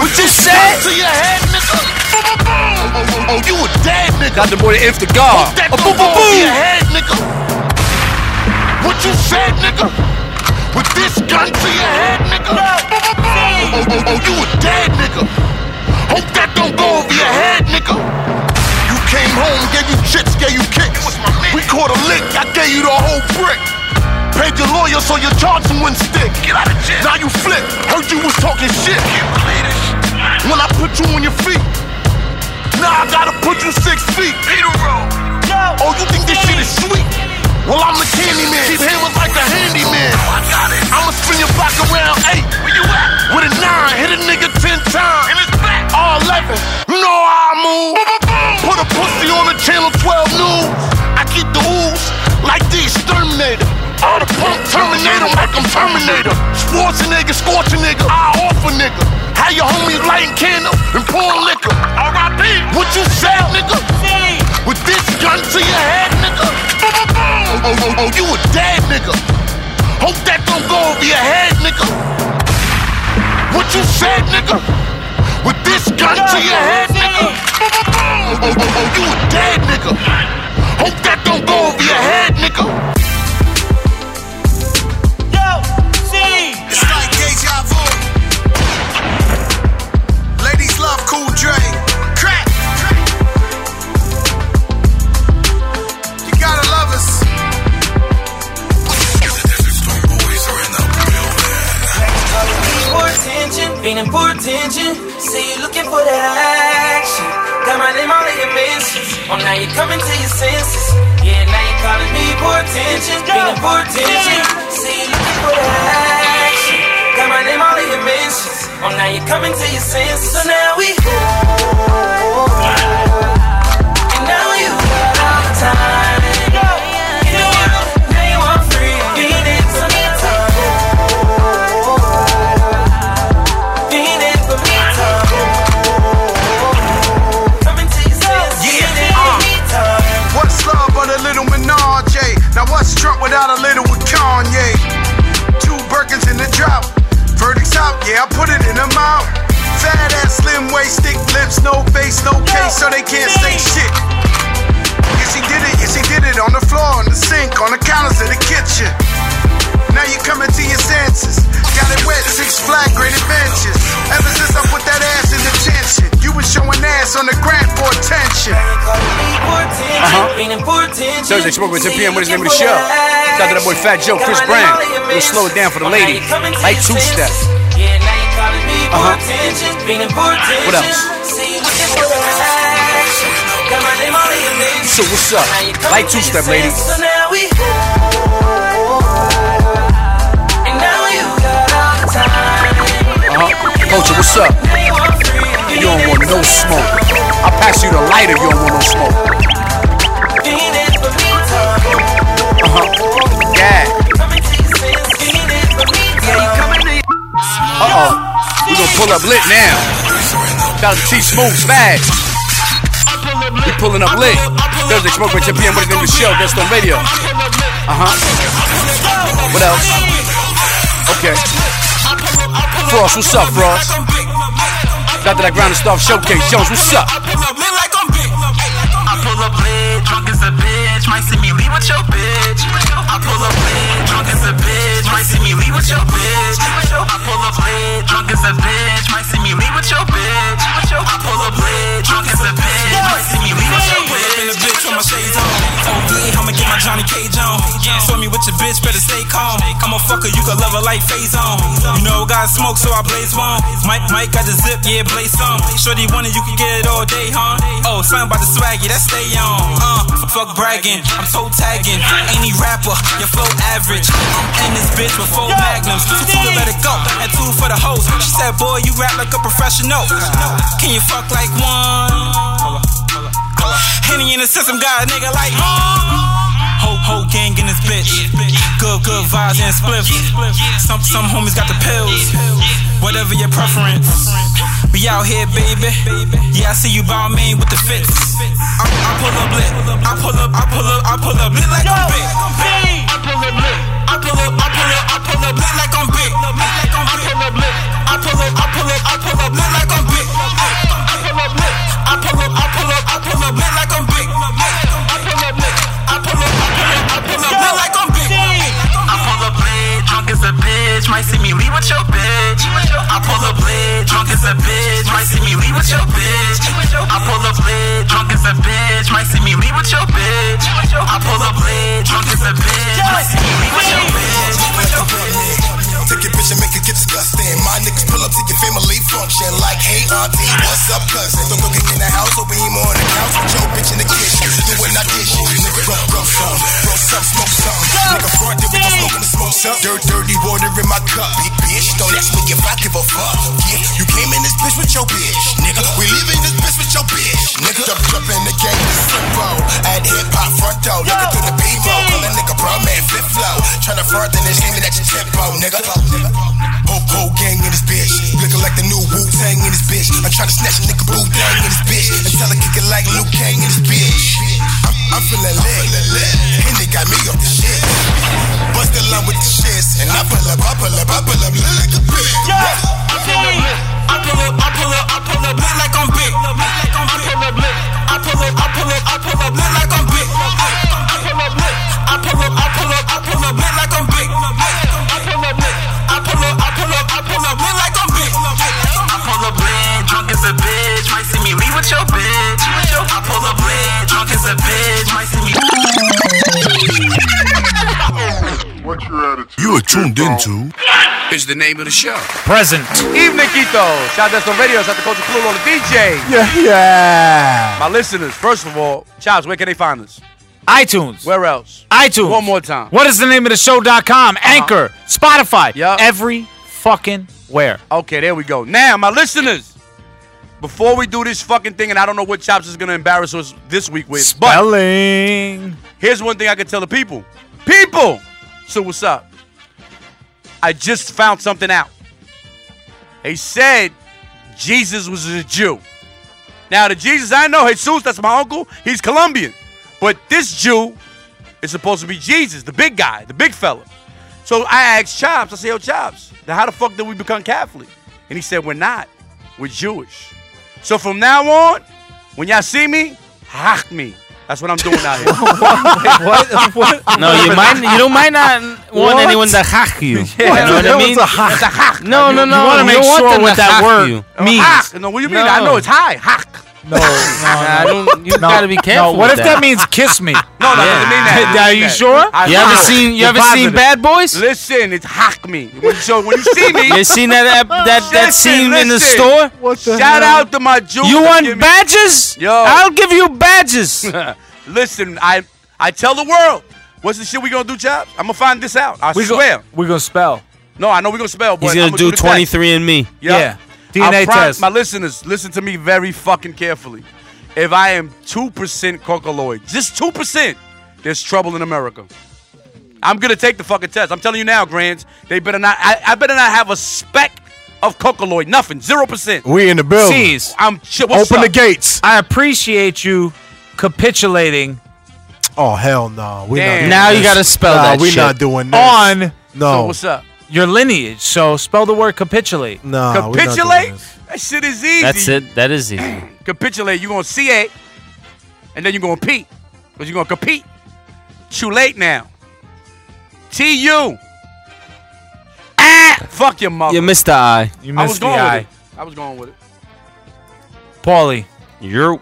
[SPEAKER 6] What you said? Oh,
[SPEAKER 19] To your head, nigga. Boom, boom, boom. Oh, oh, you a dead nigga.
[SPEAKER 6] Got the boy that if the God.
[SPEAKER 19] That
[SPEAKER 6] A
[SPEAKER 19] go
[SPEAKER 6] boom,
[SPEAKER 19] over
[SPEAKER 6] boom, boom.
[SPEAKER 19] Your head, nigga. What you said, nigga? With this gun to your head, nigga. Boom, boom, boom. Oh, oh, oh, you a dead nigga. Hope that don't go over your head, nigga. You came home, gave you chips, gave you kicks. We caught a lick, I gave you the whole brick. Paid your lawyer so your charges wouldn't stick. Get out of jail. Now you flip. Heard you was talking shit. When I put you on your feet, now I gotta put you six feet. Peter Roll. Oh, you think this shit is sweet? Well, I'm the candy man. Keep hammers like a handyman. I got it. I'ma spin your block around eight. Where you at? With a nine, hit a nigga ten times. In his back. All eleven. You know how I move. Put a pussy on the channel 12 news. I keep the ooze like the exterminator. All the pump terminator like I'm Terminator. Sports a nigga, scorch a nigga, I off a nigga. How your homies lighting candles and pouring liquor. R.I.P. What you said, nigga? With this gun to your head, nigga. Oh, oh, oh, oh, you a dead nigga. Hope that don't go over your head, nigga. What you said, nigga? With this gun to your head, nigga. Oh, oh, oh, oh, you a dead nigga. Hope that don't go over your head, nigga.
[SPEAKER 20] It's like deja vu. Ladies love Cool Dre. Crack. You gotta love us.
[SPEAKER 2] Need more attention, feeling poor attention. Say you looking for that action. Got my name all in your mentions. Oh, now you're coming to your senses. Yeah, now you're calling me poor attention, feeling poor attention. Say you looking for that action. Got my name all in your mentions. Oh, now you're coming to your senses. So now we and now you got all the time. You know you- now you are free. You need it, so now it's time.
[SPEAKER 20] Uh, What's love but a little Menage? Now what's Trump without a little with Kanye? Two Birkins in the drop. Verdict's out, yeah, I put it in the mouth. Fat ass, slim waist, thick lips, no face, no case, so they can't say shit. Yes, he did it, yes, he did it on the floor, on the sink, on the counters in the kitchen. Now you coming to your senses. Got it wet, six flat, great adventures. Ever since I put that ass in detention, you was showing ass on the grant for attention.
[SPEAKER 6] Uh-huh. Thursday, smoke with 10 p.m. What is the name of the show? Shout out to that boy Fat Joe, Chris Brown. We'll slow it down for the lady. Like two steps.
[SPEAKER 2] Yeah, now you calling me poor
[SPEAKER 6] Uh-huh.
[SPEAKER 2] attention, feeling poor attention.
[SPEAKER 6] What else?
[SPEAKER 2] Say you looking for the action. Got my name all in your mentions.
[SPEAKER 6] So what's up?
[SPEAKER 2] Now you coming
[SPEAKER 6] Like
[SPEAKER 2] to
[SPEAKER 6] two
[SPEAKER 2] your
[SPEAKER 6] step, lady.
[SPEAKER 2] senses. So now we. And now you got all the time.
[SPEAKER 6] Uh-huh. Culture, what's up? You don't want no smoke. I'll pass you the lighter. You don't want no smoke. Uh-huh. Yeah. Uh-oh. We gonna pull up lit now. Shout out to T Smooth Smash. We pulling up lit. Thursday smoke with 10 p.m. What is the name of the show? Guest on radio. Uh-huh. What else? Okay. Frost, what's up, Frost? Shout out to that ground and stuff showcase. Jones, what's
[SPEAKER 19] I
[SPEAKER 6] up?
[SPEAKER 19] pull up lit, drunk as a bitch. Might see me leave with your bitch. I pull up lit, drunk as a bitch. Might see me leave with your bitch. I pull up lit, drunk as a bitch. Might see me leave with your bitch. I pull up lit, drunk as a bitch. Might see me leave with your bitch. Bitch, on my shades on. Oh yeah, I'ma get my
[SPEAKER 21] Johnny Cage on. Show me with your bitch, better stay calm. I'm a fucker, you can love her like phase on. You know, got smoke, so I blaze one. Mike, Mike got the zip, yeah, blaze some. Shorty wanted, you can get it all day, huh? Oh, something about the swaggy, that stay on. Uh, fuck bragging, I'm so tagging. Any rapper, your flow average. I'm in this bitch with four magnums. So told her let it go, and two for the hoes. She said, boy, you rap like a professional. Can you fuck like one? Uh, Henny in the system, got a nigga like uh, Whole, whole gang in this bitch. Good, good vibes and spliffs. Some, some homies got the pills. Whatever your preference. We out here, baby. Yeah, I see you bow main with the fits. I, I pull up lit. I pull up, I pull up, I pull up lit like I'm big. I pull up lit. I pull up, I pull up, I pull up lit like I'm big. I pull up lit. I pull up, I pull up, I pull up lit like I'm big. I pull up lit. I pull up, I pull up, I pull up lit like I'm big. I pull up lit. I pull up, I pull up, I pull up lit like I'm big. I pull up lit, drunk as a bitch, might see me leave with your bitch. I pull up lit, drunk as a bitch, might see me leave with your bitch. I pull up lit, drunk as a bitch, might see me leave with your bitch. I pull up lit, drunk as a bitch, might see me leave with your bitch.
[SPEAKER 22] Take your bitch and make it get disgusting. My niggas pull up to your family function like, hey auntie, what's up, cousin? Don't go get in the house or we ain't more on the couch with your bitch in the kitchen. Doing that dishes, nigga, rub, rub some, rub some, smoke some. Nigga front, there we just smoking the smoke up. Dirt, dirty water in my cup. Big bitch, don't ask me if I give a fuck. Yeah, you came in this bitch with your bitch, nigga. We live in this bitch with your bitch, nigga. Jump, jump in the game, it's simple. At hip hop front door, looking through the people, call a nigga bro man flip flow. Tryna further this game at your tempo, nigga. Whole, whole gang in this bitch, looking like the new Wu Tang in this bitch. I'm tryna snatch a nigga blue thang in this bitch, and tell her kick it like Luke Kang in this bitch. I'm, I'm feeling lit, Henny got me off the shit. Bust the line with the shits, and I pull up, I pull up, I pull up, look like a bitch.
[SPEAKER 21] I pull up lit. I pull up, I pull up, I pull up lit like I'm big. I pull up lit. I pull up, I pull up, I pull up lit like I'm big. I pull up lit. I pull up, I pull up, I pull up lit like I'm big. I pull up lit. I pull up, I pull up, I pull up lit like I'm big. I pull up lit, drunk as a bitch, might see me leave with your bitch. I pull up lit, drunk as a bitch, might see me.
[SPEAKER 4] What's your attitude?
[SPEAKER 3] You are tuned into.
[SPEAKER 4] Is the name of the show.
[SPEAKER 5] Present.
[SPEAKER 6] Evening, Quito. Shout out to the radio. Shout out to Culture Clue on the DJ.
[SPEAKER 3] Yeah, yeah.
[SPEAKER 6] My listeners, first of all, Charles, where can they find us?
[SPEAKER 5] iTunes.
[SPEAKER 6] Where else?
[SPEAKER 5] iTunes.
[SPEAKER 6] One more time.
[SPEAKER 5] What is the name of the show.com?
[SPEAKER 3] Uh-huh.
[SPEAKER 5] Anchor, Spotify, every fucking where.
[SPEAKER 6] Okay, there we go. Now, my listeners, before we do this fucking thing, and I don't know what Chops is going to embarrass us this week with,
[SPEAKER 5] Spelling.
[SPEAKER 6] but here's one thing I can tell the people. People! So, what's up? I just found something out. They said Jesus was a Jew. Now, the Jesus I know, Jesus, that's my uncle, he's Colombian. But this Jew is supposed to be Jesus, the big guy, the big fella. So I asked Chops, I said, yo, Chops, now how the fuck did we become Catholic? And he said, we're not. We're Jewish. So from now on, when y'all see me, hack me. That's what I'm doing out
[SPEAKER 7] [laughs]
[SPEAKER 6] here.
[SPEAKER 7] What? [laughs] No, you might you don't might not want
[SPEAKER 6] What?
[SPEAKER 7] anyone to hack you.
[SPEAKER 6] Yeah,
[SPEAKER 7] you know what I
[SPEAKER 6] that was
[SPEAKER 7] mean?
[SPEAKER 6] a hack.
[SPEAKER 7] That's a hack. No, no, no.
[SPEAKER 6] You wanna
[SPEAKER 7] you
[SPEAKER 6] make
[SPEAKER 7] don't want
[SPEAKER 6] sure
[SPEAKER 7] them
[SPEAKER 6] what
[SPEAKER 7] to
[SPEAKER 6] that
[SPEAKER 7] hack
[SPEAKER 6] word
[SPEAKER 7] you.
[SPEAKER 6] Oh, hack. No, what do you mean? I know it's high. Hack.
[SPEAKER 5] No, no, I
[SPEAKER 7] don't. You gotta be careful.
[SPEAKER 5] No, what
[SPEAKER 7] with
[SPEAKER 5] if that. means kiss me?
[SPEAKER 6] No, that doesn't mean that.
[SPEAKER 5] [laughs] Are you sure?
[SPEAKER 6] I
[SPEAKER 7] You ever
[SPEAKER 6] lied.
[SPEAKER 7] seen- you
[SPEAKER 6] You're
[SPEAKER 7] ever seen
[SPEAKER 6] positive.
[SPEAKER 7] Bad Boys?
[SPEAKER 6] Listen, it's hack me. When, so when you see me,
[SPEAKER 7] [laughs] You seen that that that, that
[SPEAKER 6] Listen,
[SPEAKER 7] scene in the
[SPEAKER 6] listen.
[SPEAKER 7] store?
[SPEAKER 6] Shout out to my Jews.
[SPEAKER 7] You
[SPEAKER 6] that
[SPEAKER 7] want
[SPEAKER 6] give me-
[SPEAKER 7] badges?
[SPEAKER 6] Yo,
[SPEAKER 7] I'll give you badges.
[SPEAKER 6] [laughs] listen, I I tell the world, what's the shit we gonna do, Chops? I'm gonna find this out. I
[SPEAKER 5] We go-
[SPEAKER 6] swear.
[SPEAKER 5] We're going to spell.
[SPEAKER 6] no, I know we gonna spell. But
[SPEAKER 7] He's
[SPEAKER 6] I'm
[SPEAKER 7] gonna do
[SPEAKER 6] the test.
[SPEAKER 7] 23 and me.
[SPEAKER 6] Mm. Yeah.
[SPEAKER 7] DNA
[SPEAKER 6] I prom-
[SPEAKER 7] test.
[SPEAKER 6] My listeners, listen to me very fucking carefully. If I am 2% cocoloid, just 2%, there's trouble in America. I'm gonna take the fucking test. I'm telling you now, Grands. They better not. I, I better not have a speck of cocoloid. Nothing. Zero percent.
[SPEAKER 3] We in the building.
[SPEAKER 5] Cease.
[SPEAKER 6] I'm what's Open the up?
[SPEAKER 3] gates.
[SPEAKER 5] I appreciate you capitulating
[SPEAKER 3] Oh hell no. We not
[SPEAKER 5] Damn.
[SPEAKER 3] doing
[SPEAKER 5] Now you
[SPEAKER 3] this.
[SPEAKER 5] gotta spell
[SPEAKER 3] nah,
[SPEAKER 5] that
[SPEAKER 3] we
[SPEAKER 5] shit.
[SPEAKER 3] not doing this.
[SPEAKER 5] On-
[SPEAKER 3] no.
[SPEAKER 5] So what's
[SPEAKER 6] up?
[SPEAKER 5] your lineage. So spell the word capitulate.
[SPEAKER 3] No.
[SPEAKER 6] Capitulate. That shit is easy.
[SPEAKER 7] That's it. That is easy.
[SPEAKER 6] Capitulate. You gonna see it, and then you gonna pee, cause you gonna compete. Too late now. T U. Ah, fuck your mother.
[SPEAKER 7] You missed the eye.
[SPEAKER 5] You
[SPEAKER 6] I was going with it. I was going with it.
[SPEAKER 5] Paulie.
[SPEAKER 7] You're.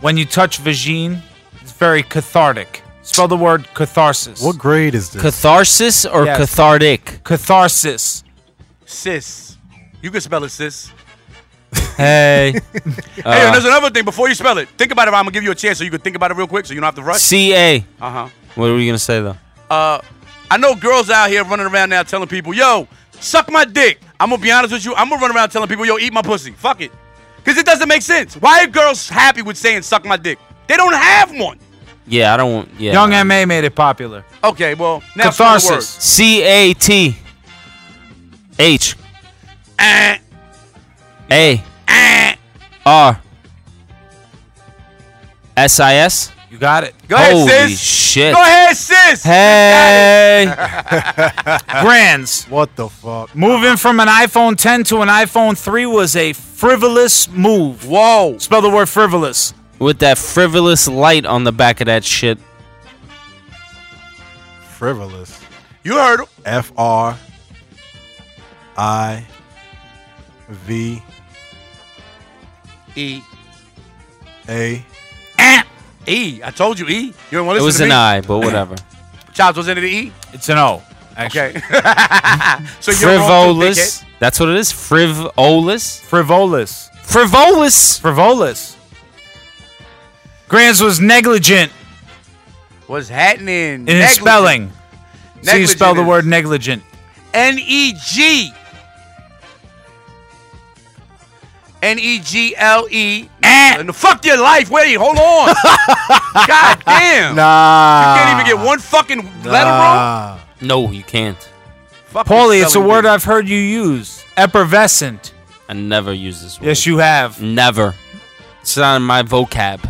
[SPEAKER 5] When you touch vagine, very cathartic. Spell the word catharsis. What
[SPEAKER 3] grade is this?
[SPEAKER 7] Catharsis or
[SPEAKER 5] Yes.
[SPEAKER 7] cathartic?
[SPEAKER 5] Catharsis.
[SPEAKER 6] Sis. You can spell it sis.
[SPEAKER 7] Hey. [laughs] Uh-huh. Uh,
[SPEAKER 6] hey, and there's another thing. Before you spell it, think about it. I'm gonna give you a chance so you can think about it real quick, so you don't have to rush.
[SPEAKER 7] C A.
[SPEAKER 6] Uh huh.
[SPEAKER 7] What were you gonna say though?
[SPEAKER 6] Uh, I know girls out here running around now telling people, "Yo, suck my dick." I'm gonna be honest with you. I'm gonna run around telling people, "Yo, eat my pussy." Fuck it, because it doesn't make sense. Why are girls happy with saying "suck my dick"? They don't have one.
[SPEAKER 7] Yeah, I don't want. Yeah.
[SPEAKER 5] Young MA made it popular.
[SPEAKER 6] Okay, well now spell the
[SPEAKER 5] Catharsis.
[SPEAKER 6] word.
[SPEAKER 7] C A T H A R S I S.
[SPEAKER 5] You got it.
[SPEAKER 6] Go ahead,
[SPEAKER 7] Holy
[SPEAKER 6] sis.
[SPEAKER 7] shit.
[SPEAKER 6] Go ahead, sis. [laughs]
[SPEAKER 5] Hey. [laughs] Brands.
[SPEAKER 3] What the fuck?
[SPEAKER 5] Moving from an iPhone 10 to an iPhone 3 was a frivolous move.
[SPEAKER 6] Whoa.
[SPEAKER 5] Spell the word frivolous.
[SPEAKER 7] With that frivolous light on the back of that shit.
[SPEAKER 3] Frivolous.
[SPEAKER 6] You heard him.
[SPEAKER 3] F R I V
[SPEAKER 6] E.
[SPEAKER 3] A.
[SPEAKER 6] E. I told you E. You don't want
[SPEAKER 7] It
[SPEAKER 6] to listen
[SPEAKER 7] was
[SPEAKER 6] to
[SPEAKER 7] an
[SPEAKER 6] me.
[SPEAKER 7] I, but whatever.
[SPEAKER 6] Chops, was it an E?
[SPEAKER 5] It's an O.
[SPEAKER 6] [laughs] Okay. so you're wrong, too,
[SPEAKER 7] frivolous.
[SPEAKER 6] dickhead.
[SPEAKER 7] That's what it is. Frivolous.
[SPEAKER 5] Frivolous.
[SPEAKER 7] Frivolous.
[SPEAKER 5] Frivolous. Grands was negligent
[SPEAKER 6] What's
[SPEAKER 5] in
[SPEAKER 6] happening?
[SPEAKER 5] his spelling. So you
[SPEAKER 6] Negligent
[SPEAKER 5] spell the
[SPEAKER 6] is-
[SPEAKER 5] word negligent.
[SPEAKER 6] N E G. N E G L E.
[SPEAKER 5] Eh.
[SPEAKER 6] And the fuck your life. Wait, hold
[SPEAKER 5] [laughs]
[SPEAKER 6] on. God damn.
[SPEAKER 3] Nah.
[SPEAKER 6] You can't even get one fucking letter wrong.
[SPEAKER 7] No, you can't.
[SPEAKER 6] Fuck
[SPEAKER 5] Paulie, it's a
[SPEAKER 7] spelling
[SPEAKER 6] [coughs]
[SPEAKER 5] word I've heard you use. Effervescent.
[SPEAKER 7] I never use this word.
[SPEAKER 5] Yes, you have.
[SPEAKER 7] Never. It's not in my vocab.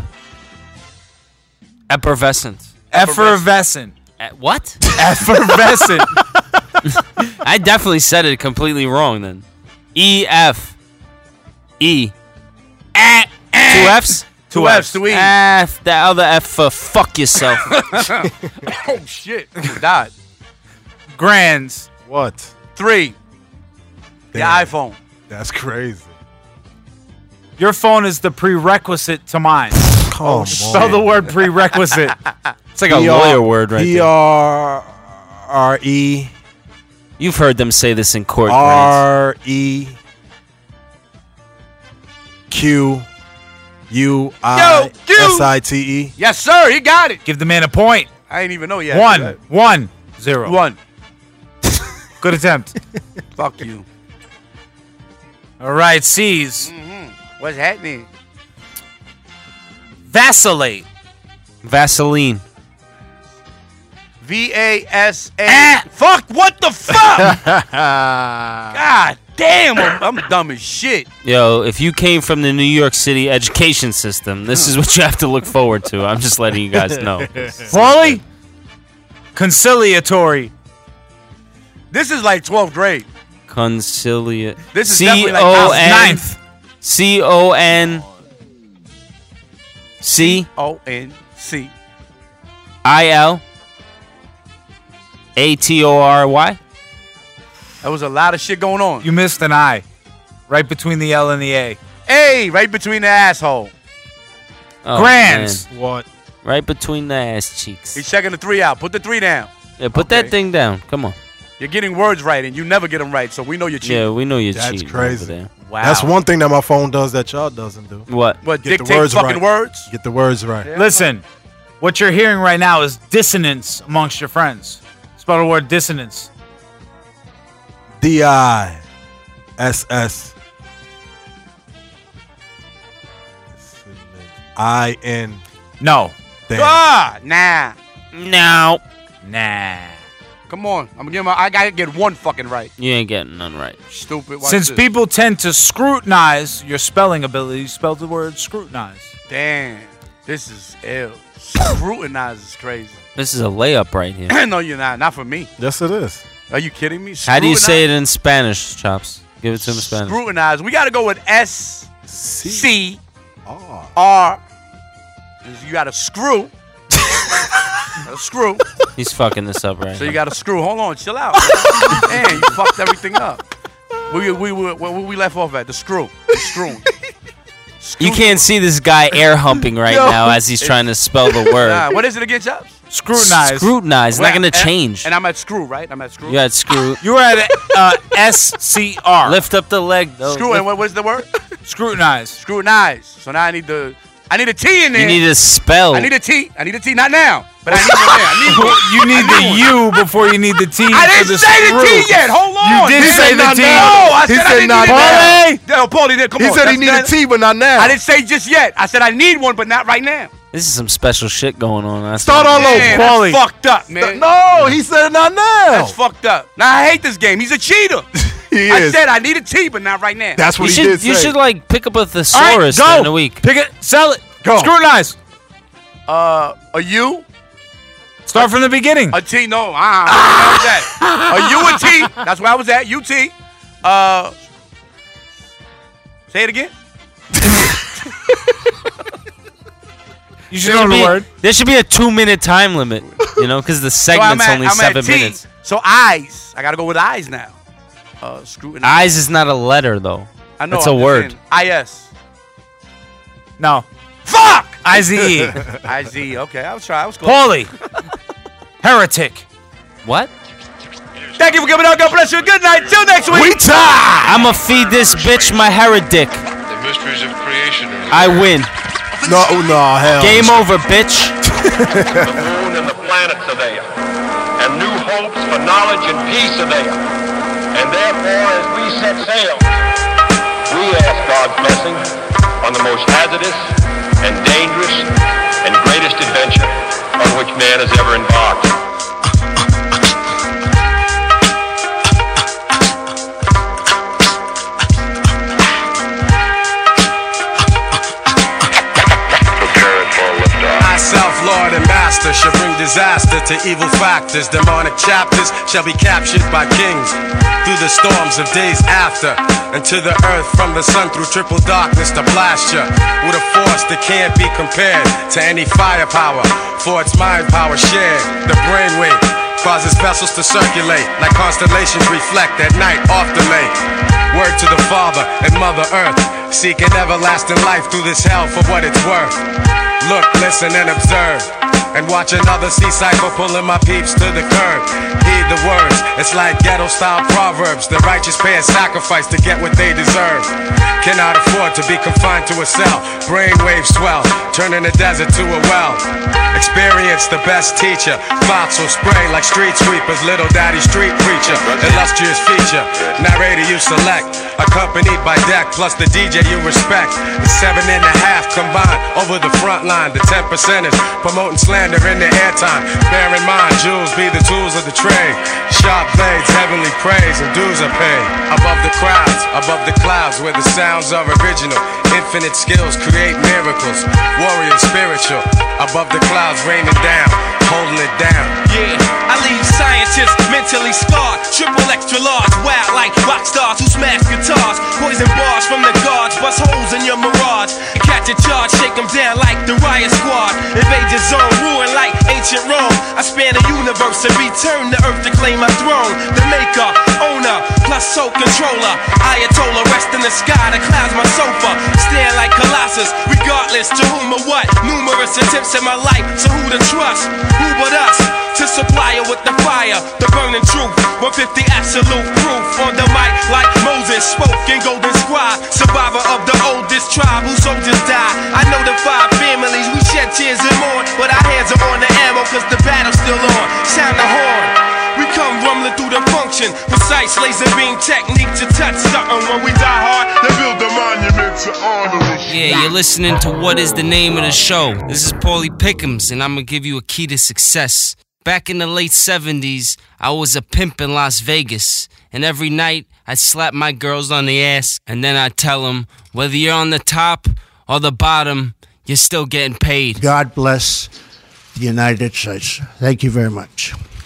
[SPEAKER 7] Effervescent.
[SPEAKER 5] Effervescent.
[SPEAKER 7] Eh, what?
[SPEAKER 5] [laughs]
[SPEAKER 7] [laughs]
[SPEAKER 5] Effervescent.
[SPEAKER 7] I definitely said it completely wrong then. E F E. Two F's? Ah,
[SPEAKER 6] Two F's, two E's.
[SPEAKER 7] F, the other F for
[SPEAKER 3] [laughs]
[SPEAKER 7] fuck yourself.
[SPEAKER 6] oh shit. Died.
[SPEAKER 5] Grands.
[SPEAKER 3] What?
[SPEAKER 6] Three. The iPhone.
[SPEAKER 3] That's crazy.
[SPEAKER 5] Your phone is the prerequisite to mine.
[SPEAKER 3] Come
[SPEAKER 5] Spell
[SPEAKER 3] on.
[SPEAKER 5] the word prerequisite.
[SPEAKER 7] [laughs] It's like a lawyer word right
[SPEAKER 3] P
[SPEAKER 7] there.
[SPEAKER 3] R R E
[SPEAKER 7] You've heard them say this in court. Grant.
[SPEAKER 3] R E Q U I S I T E.
[SPEAKER 6] Yes, sir. He got it.
[SPEAKER 5] Give the man a point.
[SPEAKER 6] I didn't even know yet.
[SPEAKER 5] one, one, zero.
[SPEAKER 6] One.
[SPEAKER 5] [laughs] Good attempt.
[SPEAKER 6] Fuck you.
[SPEAKER 5] All right, C's.
[SPEAKER 6] Mm-hmm. What's happening?
[SPEAKER 5] Vacillate.
[SPEAKER 7] Vaseline.
[SPEAKER 6] V A S
[SPEAKER 5] Eh.
[SPEAKER 6] A. Fuck. What the fuck?
[SPEAKER 5] [laughs]
[SPEAKER 6] God damn. I'm, I'm dumb as shit.
[SPEAKER 7] Yo, if you came from the New York City education system, this is what you have to look forward to. I'm just letting you guys
[SPEAKER 6] [laughs]
[SPEAKER 7] know.
[SPEAKER 5] Paulie? Conciliatory.
[SPEAKER 6] This is like 12th grade.
[SPEAKER 7] Conciliate.
[SPEAKER 6] This is definitely
[SPEAKER 7] C
[SPEAKER 6] like
[SPEAKER 7] O
[SPEAKER 6] college.
[SPEAKER 7] N
[SPEAKER 6] Ninth.
[SPEAKER 7] C O N C
[SPEAKER 6] O N C.
[SPEAKER 7] I L A T O R Y.
[SPEAKER 6] There was a lot of shit going on.
[SPEAKER 5] You missed an I. Right between the L and the A.
[SPEAKER 6] Hey, right between the asshole.
[SPEAKER 7] Oh,
[SPEAKER 5] Grands.
[SPEAKER 7] man.
[SPEAKER 3] What?
[SPEAKER 7] Right between the ass cheeks.
[SPEAKER 6] He's checking the three out. Put the three down.
[SPEAKER 7] Yeah, put that thing down. Come on.
[SPEAKER 6] You're getting words right, and you never get them right, so we know you're cheating.
[SPEAKER 7] Yeah, we know you're
[SPEAKER 3] That's
[SPEAKER 7] cheating
[SPEAKER 3] crazy.
[SPEAKER 7] over
[SPEAKER 6] Wow.
[SPEAKER 3] That's one thing that my phone does that y'all doesn't do.
[SPEAKER 7] there. What?
[SPEAKER 6] What,
[SPEAKER 3] Get the
[SPEAKER 6] dictate
[SPEAKER 3] words
[SPEAKER 6] fucking
[SPEAKER 3] right.
[SPEAKER 6] words?
[SPEAKER 3] Get the words right.
[SPEAKER 5] Listen, what you're hearing right now is dissonance amongst your friends. Spell the word dissonance.
[SPEAKER 3] D I S S I N.
[SPEAKER 5] No.
[SPEAKER 3] Damn.
[SPEAKER 6] Ah, nah.
[SPEAKER 7] No.
[SPEAKER 5] Nah.
[SPEAKER 6] Come on. I'm getting my. I gotta get one fucking right.
[SPEAKER 7] You ain't getting none right.
[SPEAKER 6] Stupid. Watch
[SPEAKER 5] Since
[SPEAKER 6] this.
[SPEAKER 5] people tend to scrutinize your spelling ability, spell the word scrutinize.
[SPEAKER 6] Damn. This is
[SPEAKER 7] [laughs]
[SPEAKER 6] ill. Scrutinize is crazy.
[SPEAKER 7] This is a layup right
[SPEAKER 6] [clears throat]
[SPEAKER 7] here.
[SPEAKER 6] no, you're not. Not for me.
[SPEAKER 3] Yes, it is.
[SPEAKER 6] Are you kidding me?
[SPEAKER 7] How do you say it
[SPEAKER 6] Scrutinize?
[SPEAKER 7] in Spanish, Chops? Give it to him in Spanish.
[SPEAKER 6] Scrutinize. We gotta go with S C R. You gotta screw. [laughs] Gotta screw.
[SPEAKER 7] He's fucking this up right
[SPEAKER 6] [laughs] So you
[SPEAKER 7] now.
[SPEAKER 6] got to screw. Hold on, chill out. [laughs] Man, you fucked everything up. We we we, we, we left off at the screw. The screw.
[SPEAKER 7] You can't see this guy air
[SPEAKER 6] [laughs]
[SPEAKER 7] humping right
[SPEAKER 6] Yo.
[SPEAKER 7] now as he's trying to spell the word.
[SPEAKER 6] [laughs] Nah, what is it again, Chops?
[SPEAKER 7] Scrutinize. Scrutinize. Not
[SPEAKER 6] Well,
[SPEAKER 7] gonna
[SPEAKER 6] and-
[SPEAKER 7] change.
[SPEAKER 6] And I'm at screw, right? I'm at screw.
[SPEAKER 7] You had
[SPEAKER 6] [laughs]
[SPEAKER 7] screw.
[SPEAKER 5] You were at uh, SCR.
[SPEAKER 7] Lift up the leg, though.
[SPEAKER 6] Screw. And what was the word? [laughs]
[SPEAKER 5] Scrutinize.
[SPEAKER 6] Scrutinize. So now I need the, I need a T in
[SPEAKER 7] You
[SPEAKER 6] there.
[SPEAKER 7] need to spell.
[SPEAKER 6] I need a T. I need a T. Not now, but I need
[SPEAKER 5] [laughs]
[SPEAKER 6] one there. I need one.
[SPEAKER 5] You need the U before you need the T.
[SPEAKER 6] I
[SPEAKER 5] for
[SPEAKER 6] didn't
[SPEAKER 5] the
[SPEAKER 6] say the T
[SPEAKER 5] screw.
[SPEAKER 6] yet. Hold on.
[SPEAKER 5] You did
[SPEAKER 6] He
[SPEAKER 5] say
[SPEAKER 6] said
[SPEAKER 5] the
[SPEAKER 6] not
[SPEAKER 5] T.
[SPEAKER 6] now. I
[SPEAKER 5] He
[SPEAKER 6] said
[SPEAKER 5] said
[SPEAKER 6] I didn't
[SPEAKER 5] not
[SPEAKER 6] need it
[SPEAKER 5] now.
[SPEAKER 6] now. No, Paulie, there, come
[SPEAKER 3] He
[SPEAKER 6] on.
[SPEAKER 3] said he
[SPEAKER 6] That's
[SPEAKER 3] needed T,
[SPEAKER 6] not-
[SPEAKER 3] but not now.
[SPEAKER 6] I didn't say just yet. I said I need one, but not right now.
[SPEAKER 7] This is some special shit going on. That's
[SPEAKER 6] Start all over, Man, that's Paulie. fucked up, man.
[SPEAKER 3] No, he said not now.
[SPEAKER 6] That's fucked up. Now I hate this game. He's a cheater.
[SPEAKER 3] He
[SPEAKER 6] I
[SPEAKER 3] is.
[SPEAKER 6] said I need a T, but not right now.
[SPEAKER 3] That's what
[SPEAKER 7] you
[SPEAKER 3] he
[SPEAKER 7] should,
[SPEAKER 3] did
[SPEAKER 7] You
[SPEAKER 3] say.
[SPEAKER 7] should like pick up a
[SPEAKER 6] All right,
[SPEAKER 7] thesaurus
[SPEAKER 6] go.
[SPEAKER 7] in a week.
[SPEAKER 5] Pick it, sell it.
[SPEAKER 6] Go.
[SPEAKER 5] Scrutinize.
[SPEAKER 6] Uh, a U.
[SPEAKER 5] Start from the beginning.
[SPEAKER 6] A T, no. Uh, I was at. A U and T. That's where I was at. U T. Uh, say it again.
[SPEAKER 5] You
[SPEAKER 6] should know the word.
[SPEAKER 7] There should be a two-minute time limit, you know, because the
[SPEAKER 6] [laughs] So I'm
[SPEAKER 7] segment's
[SPEAKER 6] at-
[SPEAKER 7] only
[SPEAKER 6] I'm at
[SPEAKER 7] seven
[SPEAKER 6] T.
[SPEAKER 7] minutes.
[SPEAKER 6] So eyes. I gotta go with eyes now. Uh, scrutinize.
[SPEAKER 7] Eyes is not a letter though.
[SPEAKER 6] I know.
[SPEAKER 7] It's
[SPEAKER 6] I'm
[SPEAKER 7] a
[SPEAKER 6] just
[SPEAKER 7] word.
[SPEAKER 6] saying. I S.
[SPEAKER 5] No.
[SPEAKER 6] Fuck.
[SPEAKER 5] I Z E.
[SPEAKER 6] [laughs] I Z. Okay, I was trying. I was close.
[SPEAKER 5] Paulie. Heretic.
[SPEAKER 7] What?
[SPEAKER 6] Thank you for coming out. God bless you. Good night. Till next week. We
[SPEAKER 7] tie. I'ma feed this bitch my heretic.
[SPEAKER 23] The mysteries of creation.
[SPEAKER 7] I win.
[SPEAKER 3] No, no, hell.
[SPEAKER 7] Game over,
[SPEAKER 6] [laughs]
[SPEAKER 7] bitch.
[SPEAKER 23] [laughs] the moon and the planets are there. And new hopes for knowledge and peace are there. And therefore, as we set sail, we ask God's blessing on the most hazardous and dangerous and greatest adventure on which man has ever embarked.
[SPEAKER 24] I, self, Lord and Master, shall bring disaster to evil factors. Demonic chapters shall be captured by kings through the storms of days after. And to the earth from the sun through triple darkness to blast you with a force that can't be compared to any firepower, for its mind power shared, the brainwave. Causes vessels to circulate like constellations reflect at night off the lake. Word to the Father and Mother Earth, seeking everlasting life through this hell for what it's worth. Look, listen, and observe. And watch another sea cycle pulling my peeps to the curb. Heed the words, it's like ghetto style proverbs. The righteous pay a sacrifice to get what they deserve. Cannot afford to be confined to a cell. Brainwave swell, turning the desert to a well. Experience the best teacher. Thoughts will spray like street sweepers. Little daddy street preacher. Illustrious feature. Narrator you select. Accompanied by deck, plus the DJ you respect. The seven and a half combined over the front line. The ten percenters promoting slander in the airtime. Bear in mind, jewels be the tools of the trade. Sharp blades, heavenly praise, and dues are paid. Above the crowds, above the clouds, where the sounds are original. Infinite skills create miracles. Warrior spiritual, above the clouds, raining down, holding it down.
[SPEAKER 18] Yeah, I leave scientists mentally scarred. Triple extra large, wild like rock stars who smash guitars. Poison bars from the guards, bust holes in your mirage. Catch a charge, shake 'em down like the riot squad. Invade your zone, ruin like ancient Rome. I span the universe and return to earth to claim my throne. The maker, owner, plus soul controller. Ayatollah, rest in the sky, the clouds my sofa. Stand like Colossus, regardless to whom or what. Numerous attempts in my life, so who to trust? Who but us to supply her with the fire, the burning truth? 150 absolute proof on the mic, like Moses spoke in Golden Scribe, survivor of the oldest tribe whose soldiers die. I know the five families, we shed tears and mourn, but our hands are on the ammo, cause the battle's still on. Sound the horn. We come rumbling through the function. Precise laser beam technique to touch something. When we die hard, they build a monument to honor us.
[SPEAKER 7] Yeah, you're listening to What is the Name of the Show? This is Paulie Pickums, and I'm gonna give you a key to success. Back in the late 70s, I was a pimp in Las Vegas, and every night I'd slap my girls on the ass, and then I'd tell them whether you're on the top or the bottom, you're still getting paid.
[SPEAKER 25] God bless the United States. Thank you very much.